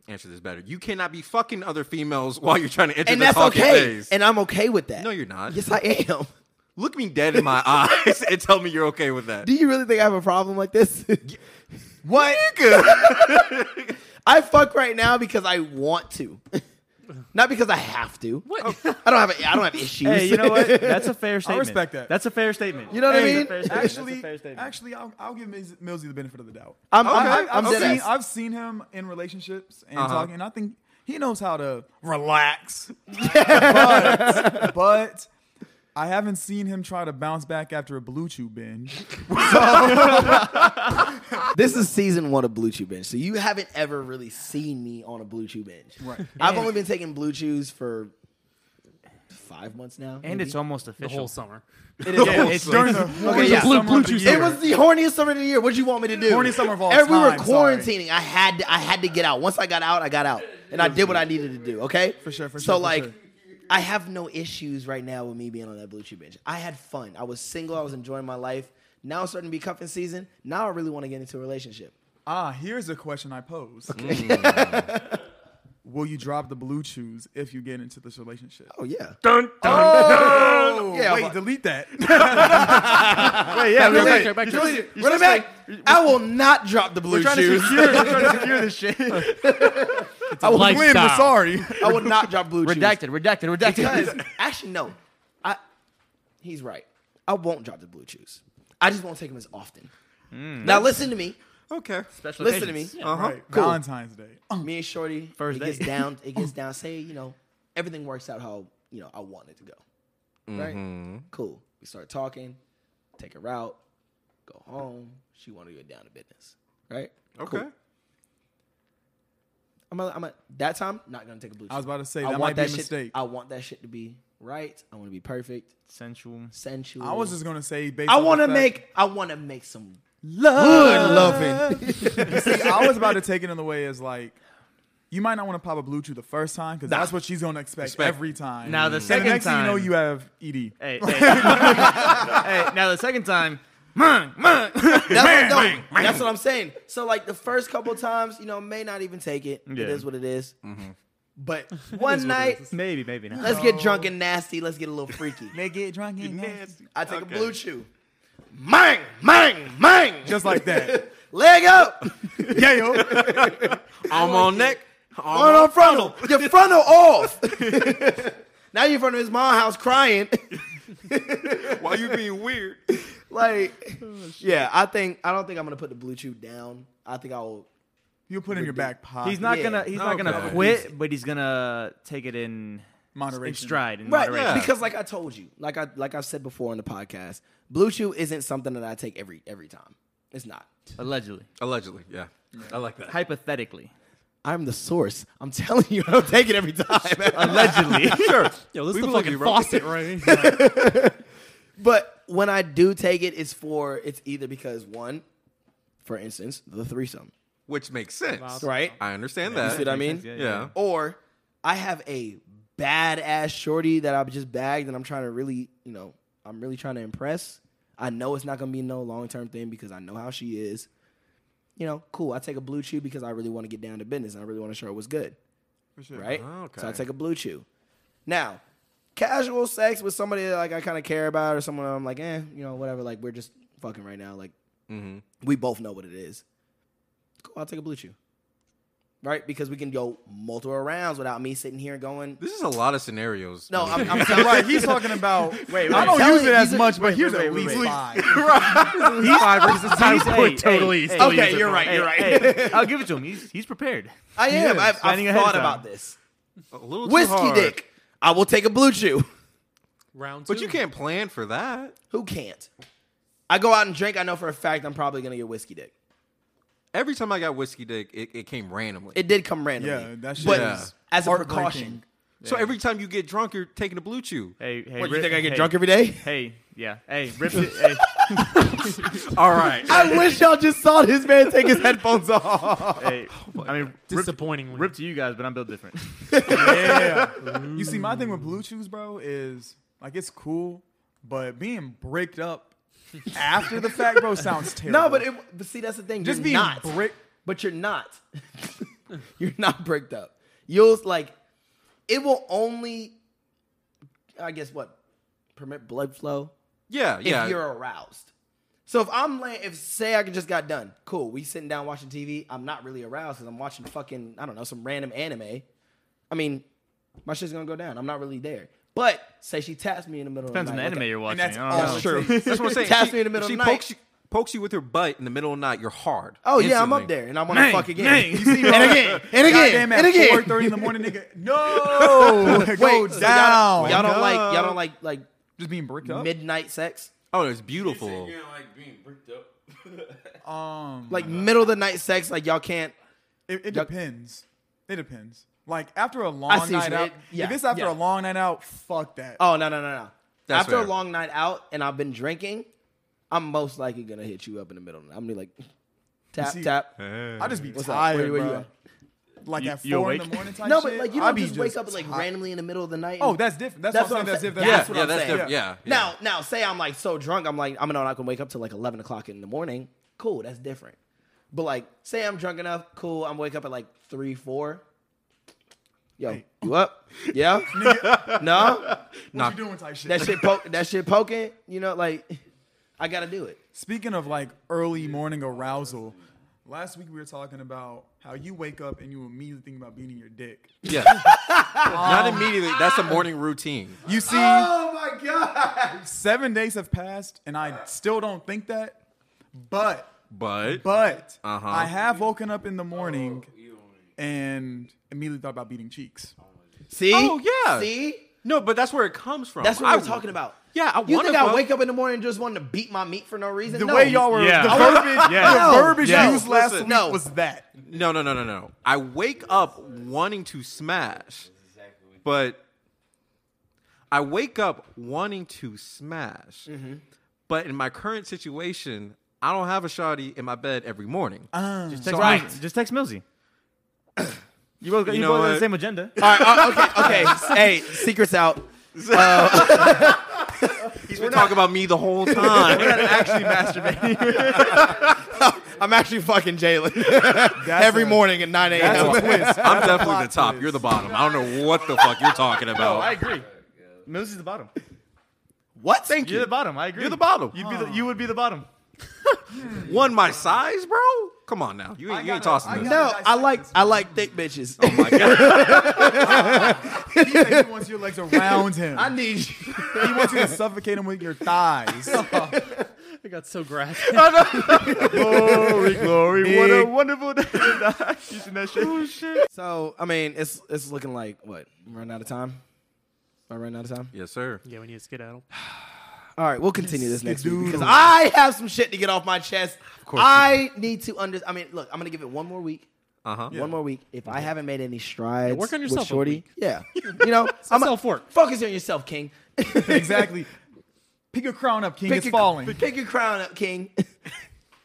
S2: answer this better. You cannot be fucking other females while you're trying to enter
S4: and
S2: the
S4: that's
S2: talking
S4: okay.
S2: phase.
S4: And I'm okay with that.
S2: no, you're not.
S4: Yes, I am.
S2: Look me dead in my eyes and tell me you're okay with that.
S4: Do you really think I have a problem like this?
S2: What?
S4: I fuck right now because I want to, not because I have to.
S6: What?
S4: I don't have a, I don't have issues.
S8: Hey, you know what? That's a fair
S5: I
S8: statement.
S5: respect that.
S8: That's a fair statement.
S4: You know what
S5: Hey,
S4: I mean?
S5: Actually,
S8: That's a fair statement.
S5: actually, I'll, I'll give Miz- Millsy the benefit of the doubt.
S4: I'm, I'm,
S2: Okay,
S4: I'm, I'm
S2: okay.
S4: dead
S5: seen,
S4: ass.
S5: I've seen him in relationships and
S8: Uh-huh.
S5: talking, and I think he knows how to relax. but, but I haven't seen him try to bounce back after a blue chew binge.
S4: This is season one of Blue Chew Bench, so you haven't ever really seen me on a Blue Chew Bench.
S5: Right.
S4: I've only been taking Blue Chews for five months now.
S8: and
S4: maybe.
S8: it's almost
S6: the
S8: official.
S6: whole summer.
S5: it's during the
S4: Okay, yeah.
S5: blue, blue chew.
S4: It was the horniest summer of the year. What'd you want me to do?
S5: Horniest summer of all
S4: And we were
S5: time, sorry.
S4: quarantining. I had to, I had to get out. Once I got out, I got out, and I did what I needed to do. Okay, for
S5: sure, for
S4: so
S5: sure, for
S4: like,
S5: sure.
S4: I have no issues right now with me being on that blue chew bench. I had fun. I was single. I was enjoying my life. Now it's starting to be cuffing season. Now I really want to get into a relationship.
S5: Ah, here's a question I pose. Will you drop the blue chews if you get into this relationship?
S4: Oh yeah.
S5: Oh,
S4: yeah,
S5: wait,
S4: but-
S5: delete that.
S8: yeah, we're,
S4: Really?
S8: back, back, back,
S4: Really? Run it back. I will not drop the blue
S8: trying to
S4: chews.
S8: secure, we're trying to secure this shit.
S5: I was
S6: lifestyle.
S5: Glenn, we're sorry.
S4: I will not drop blue chews.
S8: redacted, redacted, redacted.
S4: Because actually, no. I he's right. I won't drop the blue chews. I just won't take them as often.
S5: Hmm.
S4: Now listen to me.
S2: okay.
S8: Special
S4: Listen to me.
S8: occasions.
S5: Right,
S4: Cool.
S5: Valentine's Day.
S4: Me and Shorty.
S8: First
S4: it gets
S8: date.
S4: down. It gets down. Say you know everything works out how you know I want it to go. Right.
S5: Mm-hmm.
S4: Cool. We start talking. Take her out. Go home. She want to get down to business. Right.
S2: Okay.
S4: Cool. I'm a, I'm a, that time not gonna take a blue.
S5: I was
S4: check.
S5: about to say
S4: I
S5: that
S4: want
S5: might be a
S4: shit-
S5: mistake.
S4: I want that shit to be right. I want to be perfect,
S8: Sensual.
S4: sensual.
S5: I was just gonna say based.
S4: I
S5: want to
S4: make. I want to make some.
S5: love loving. See, I was about to take it in the way as like. You might not want to pop a blue chew the first time because that's what she's gonna expect, every time.
S8: Now the
S5: And
S8: second
S5: next thing you know,
S8: time-
S5: you have E ED.
S8: Hey, hey. Hey, now the second time, man, man.
S4: That's, what, no, that's what I'm saying. So like the first couple times, you know, may not even take it.
S8: Yeah. Mm-hmm.
S4: It is what it is. But one night,
S8: maybe, maybe not.
S4: let's get drunk and nasty. Let's get a little freaky.
S5: They get drunk and
S4: I take a blue chew. Mang, mang, mang.
S5: just like that.
S4: Leg up.
S5: yeah, yo.
S2: Arm on neck.
S4: On on frontal. Your frontal off. now you're in front of his mom house crying.
S2: Why you being weird?
S4: like, yeah, I think I don't think I'm gonna put the blue chew down. I think I will.
S5: You put it in your back pocket.
S8: He's not
S4: Yeah.
S8: gonna. He's not gonna
S2: Okay.
S8: quit, but he's gonna take it in in
S5: moderation.
S8: stride. In
S4: Right,
S8: moderation.
S2: yeah.
S4: because like I told you, like I like I've said before on the podcast, blue chew isn't something that I take every every time. It's not.
S8: Allegedly,
S2: Allegedly, yeah. I like that.
S8: hypothetically,
S4: I'm the source. I'm telling you, I don't take it every time.
S8: allegedly.
S2: Sure.
S6: Yo, this
S2: We
S6: is the
S2: believe
S6: fucking
S2: you, bro.
S6: faucet right here.
S4: But when I do take it, it's for it's either because one, for instance, the threesome,
S2: Which makes sense.
S4: right?
S2: I understand
S4: You
S2: that.
S4: see what I mean?
S2: yeah.
S4: Or I have a badass shorty that I've just bagged and I'm trying to really, you know, I'm really trying to impress. I know it's not gonna be no long term thing because I know how she is. You know, cool. I take a blue chew because I really want to get down to business and I really want to show her what's good. Right?
S2: Oh, okay.
S4: So I take a blue chew. Now, casual sex with somebody that, like I kind of care about or someone I'm like, eh, you know, whatever. Like we're just fucking right now. Like we both know what it is. Cool, I'll take a blue chew. Right? Because we can go multiple rounds without me sitting here going,
S2: This is a lot of scenarios.
S4: no, I'm, I'm telling
S5: right, he's talking about. Wait, I
S4: wait.
S5: don't use it
S4: Tell-
S5: as
S4: he's a-
S5: much, but
S4: wait,
S5: here's
S4: wait,
S5: at
S4: wait,
S5: least
S4: wait.
S5: five.
S8: He's five versus time. Hey, totally. Hey, hey,
S4: Okay, you're right, you're
S8: hey, hey, I'll give it to him. He's he's prepared.
S4: I am. I've,
S8: planning
S4: I've
S8: ahead of
S4: thought
S8: time.
S4: about this.
S2: a little too
S4: Whiskey
S2: hard.
S4: dick. I will take a blue chew.
S6: Round two.
S2: But you can't plan for that.
S4: Who can't? I go out and drink. I know for a fact I'm probably gonna get whiskey dick.
S2: Every time I got whiskey dick, it, it came randomly.
S4: It did come randomly.
S5: Yeah, that shit
S4: But
S2: is
S4: as a
S5: heartbreaking.
S4: precaution.
S2: so every time you get drunk, you're taking a blue chew.
S8: Hey, hey.
S4: What, you
S8: Rip-
S4: think I get
S8: hey,
S4: drunk every day?
S8: Hey, yeah. Hey, rip it. Hey,
S2: All right.
S4: I wish y'all just saw this man take his headphones off.
S8: hey. I mean, rip,
S6: Disappointingly.
S8: rip to you guys, but I'm built different.
S5: Yeah. you see, my thing with blue chews, bro, is like it's cool, but being bricked up after the fact, bro, sounds terrible.
S4: No, but, it, but see, that's the thing.
S5: just
S4: you're
S5: being
S4: not,
S5: bricked.
S4: but you're not. you're not bricked up. You'll like, it will only, I guess, what permit blood flow
S2: Yeah,
S4: if
S2: yeah.
S4: you're aroused. So if I'm laying, if say I just got done, cool. We sitting down watching TV. I'm not really aroused because I'm watching fucking I don't know some random anime. I mean, my shit's gonna go down. I'm not really there. But say she taps me in the middle
S8: Depends
S4: of
S8: on
S4: the
S8: the
S4: night.
S8: anime you're watching.
S5: that's
S8: I don't know.
S5: all
S4: That's true.
S2: That's what I'm saying.
S4: Taps
S2: She-
S4: me in the middle
S2: if she
S4: of the
S2: pokes
S4: night.
S2: You, pokes you with her butt in the middle of the night. You're hard.
S4: Oh yeah, I'm up
S2: Instantly.
S4: there, and I want to fuck again.
S5: You see, bro,
S4: And again, and again,
S5: goddamn at
S4: and again.
S5: 4:30 in the morning, nigga. No, go
S4: Wait, so y'all,
S5: down.
S4: y'all don't like y'all don't like like
S5: just being bricked up.
S4: midnight sex,
S2: Oh, it's beautiful.
S5: um,
S4: like middle of the night sex. Like y'all can't.
S5: It, it
S4: Yuck.
S5: depends. It depends. Like after a long
S4: see what
S5: night
S4: you
S5: out,
S4: mean. Yeah,
S5: if it's after
S4: yeah.
S5: a long night out, fuck that.
S4: Oh no no no no.
S2: That's
S4: After
S2: fair.
S4: a long night out and I've been drinking, I'm most likely gonna hit you up in the middle. of the night. I'm gonna be like, tap
S5: see-
S4: tap.
S5: I just be
S4: What's up?
S5: tired,
S4: Where you- where you
S5: bro.
S4: at?
S5: Like
S8: You-
S5: at
S8: you
S5: four in
S8: awake?
S5: the morning, type
S4: No, but
S5: shit,
S4: like you
S5: I
S4: don't
S5: be
S4: just wake up
S5: just
S4: like
S5: tired.
S4: randomly in the middle of the night. and-
S5: Oh, that's different. That's,
S4: That's
S5: what I'm
S4: what
S5: saying.
S4: I'm saying.
S5: That's if
S2: Yeah,
S5: that's
S4: what
S2: yeah,
S4: I'm
S2: that's
S4: saying.
S2: different. Yeah. yeah.
S4: Now, now, say I'm like so drunk, I'm like, I'm not not gonna wake up till like eleven o'clock in the morning. Cool, that's different. But like, say I'm drunk enough, cool. I'm wake up at like three, four. Yo, you up? Yeah. no,
S5: what you doing type shit.
S4: that shit poke, that shit poking. You know, like, I gotta do it.
S5: Speaking of like early morning arousal, last week we were talking about how you wake up and you immediately think about beating your dick.
S2: Yeah. Not immediately. That's a morning routine.
S5: You see,
S4: Oh my god.
S5: seven days have passed and I still don't think that, but
S2: But,
S5: but
S2: Uh-huh.
S5: I have woken up in the morning and immediately thought about beating cheeks.
S4: See?
S2: Oh, yeah.
S4: See?
S2: no, but that's where it comes from.
S4: That's what
S2: I-
S4: we're talking about.
S2: Yeah, I
S4: You
S2: want
S4: think
S2: to
S4: I wake up in the morning and just wanting to beat my meat for no reason?
S5: The
S4: no.
S5: way y'all were,
S7: Yeah.
S5: the verbiage,
S7: Yeah.
S5: the verbiage
S2: No.
S5: used last
S2: Listen.
S5: week
S4: No.
S5: was that.
S2: No, no, no, no, no. I wake up wanting to smash, but I wake up wanting to smash.
S4: Mm-hmm.
S2: But in my current situation, I don't have a shawty in my bed every morning.
S7: Just text
S2: Right.
S7: Millsy. Just text Millsy. You both, you
S2: know
S7: both have
S2: what?
S7: the same agenda.
S4: All right, uh, okay, okay. hey, secrets out.
S2: He's been talking about me the whole time.
S7: actually masturbating.
S4: I'm actually fucking Jalen every morning at 9 a.m.
S2: I'm definitely the top. You're the bottom. I don't know what the fuck you're talking about.
S7: I agree. Millsy's the bottom.
S2: what? Thank you.
S7: You're the bottom. I agree. Oh.
S2: You're the bottom.
S7: You'd be the, you would be the bottom.
S2: One my size, bro. Come on now. You ain't, you ain't tossing this.
S4: No, I like I like thick bitches. Oh my god,
S5: He said he wants your legs around him.
S4: I need you.
S5: he wants you to suffocate him with your thighs.
S6: I got so grass.
S7: glory, glory. What a
S5: Big.
S7: wonderful day. you seen that shit?
S4: So I mean, it's it's looking like what? I'm running out of time. Am I running out of time?
S2: Yes, sir.
S6: yeah, when you skedaddle.
S4: All right, we'll continue this next week because I have some shit to get off my chest. Of course,
S2: you
S4: I need to under. I mean, look, I'm gonna give it one more week.
S2: Uh huh.
S4: One more week. If I haven't made any strides,
S6: Uh-huh. work on
S4: with
S6: yourself a
S4: shorty.
S6: week.
S4: Yeah, you know, I'm a-
S6: self-work.
S4: Focus on yourself, King.
S5: exactly. Pick your crown up, king.
S4: Pick
S5: it's
S4: your-
S5: falling.
S4: Pick your crown up, King.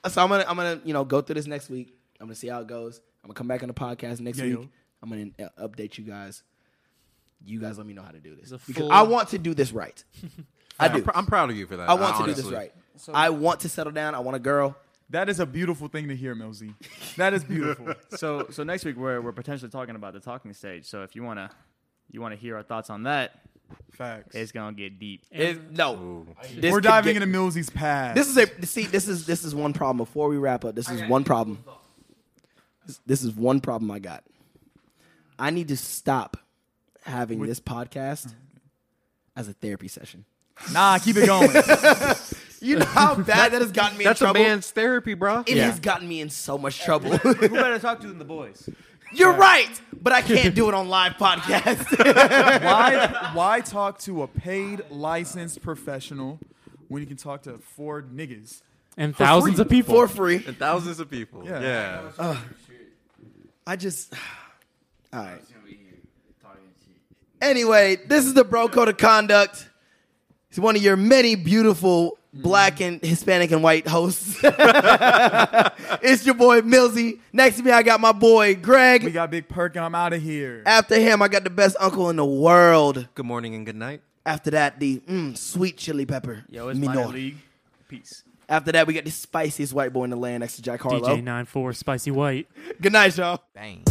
S4: so I'm gonna I'm gonna you know go through this next week. I'm gonna see how it goes. I'm gonna come back on the podcast next
S5: Yeah,
S4: week.
S5: yo.
S4: I'm gonna uh, update you guys. You guys, let me know how to do this
S6: a
S4: because
S6: full-
S4: I want to do this right. I do.
S2: Pr- I'm proud of you for that.
S4: I want to do
S2: honestly.
S4: this right. I want to settle down. I want a girl.
S5: that is a beautiful thing to hear, Millsy. That is beautiful.
S7: So, so next week we're, we're potentially talking about the talking stage. So if you wanna you wanna hear our thoughts on that,
S5: Facts.
S7: it's gonna get deep.
S4: It- no,
S2: Ooh.
S4: This
S5: We're
S4: could
S5: diving
S4: get-
S5: into Millsy's past.
S4: This is a see. This is this is one problem. Before we wrap up, this is one problem. This, this is one problem I got. I need to stop having this podcast as a therapy session.
S5: nah, keep it going.
S4: You know how bad that has gotten me
S2: That's
S4: in
S2: a
S4: trouble.
S2: man's therapy, bro.
S4: it has gotten me in so much trouble.
S7: Who better talk to than the boys?
S4: You're right, but I can't do it on live podcast.
S5: why why talk to a paid licensed professional when you can talk to four niggas?
S6: And thousands of people.
S4: For free.
S2: And thousands of people.
S5: Yeah.
S2: Yeah.
S4: I just. All right. Anyway, this is the Bro Code of Conduct. He's one of your many beautiful
S7: Mm-hmm.
S4: black and Hispanic and white hosts. it's your boy Millsy. Next to me, I got my boy
S5: We
S4: Greg.
S5: got Big Perk and I'm out of here.
S4: After him, I got the best uncle in the world.
S2: Good morning and good night.
S4: After that, the mm, sweet chili pepper.
S7: Yo, it's
S4: Minor.
S7: minor league. Peace.
S4: After that, we got the spiciest white boy in the land next to Jack Harlow.
S6: DJ94 Spicy White.
S4: Good night, y'all.
S2: Bang.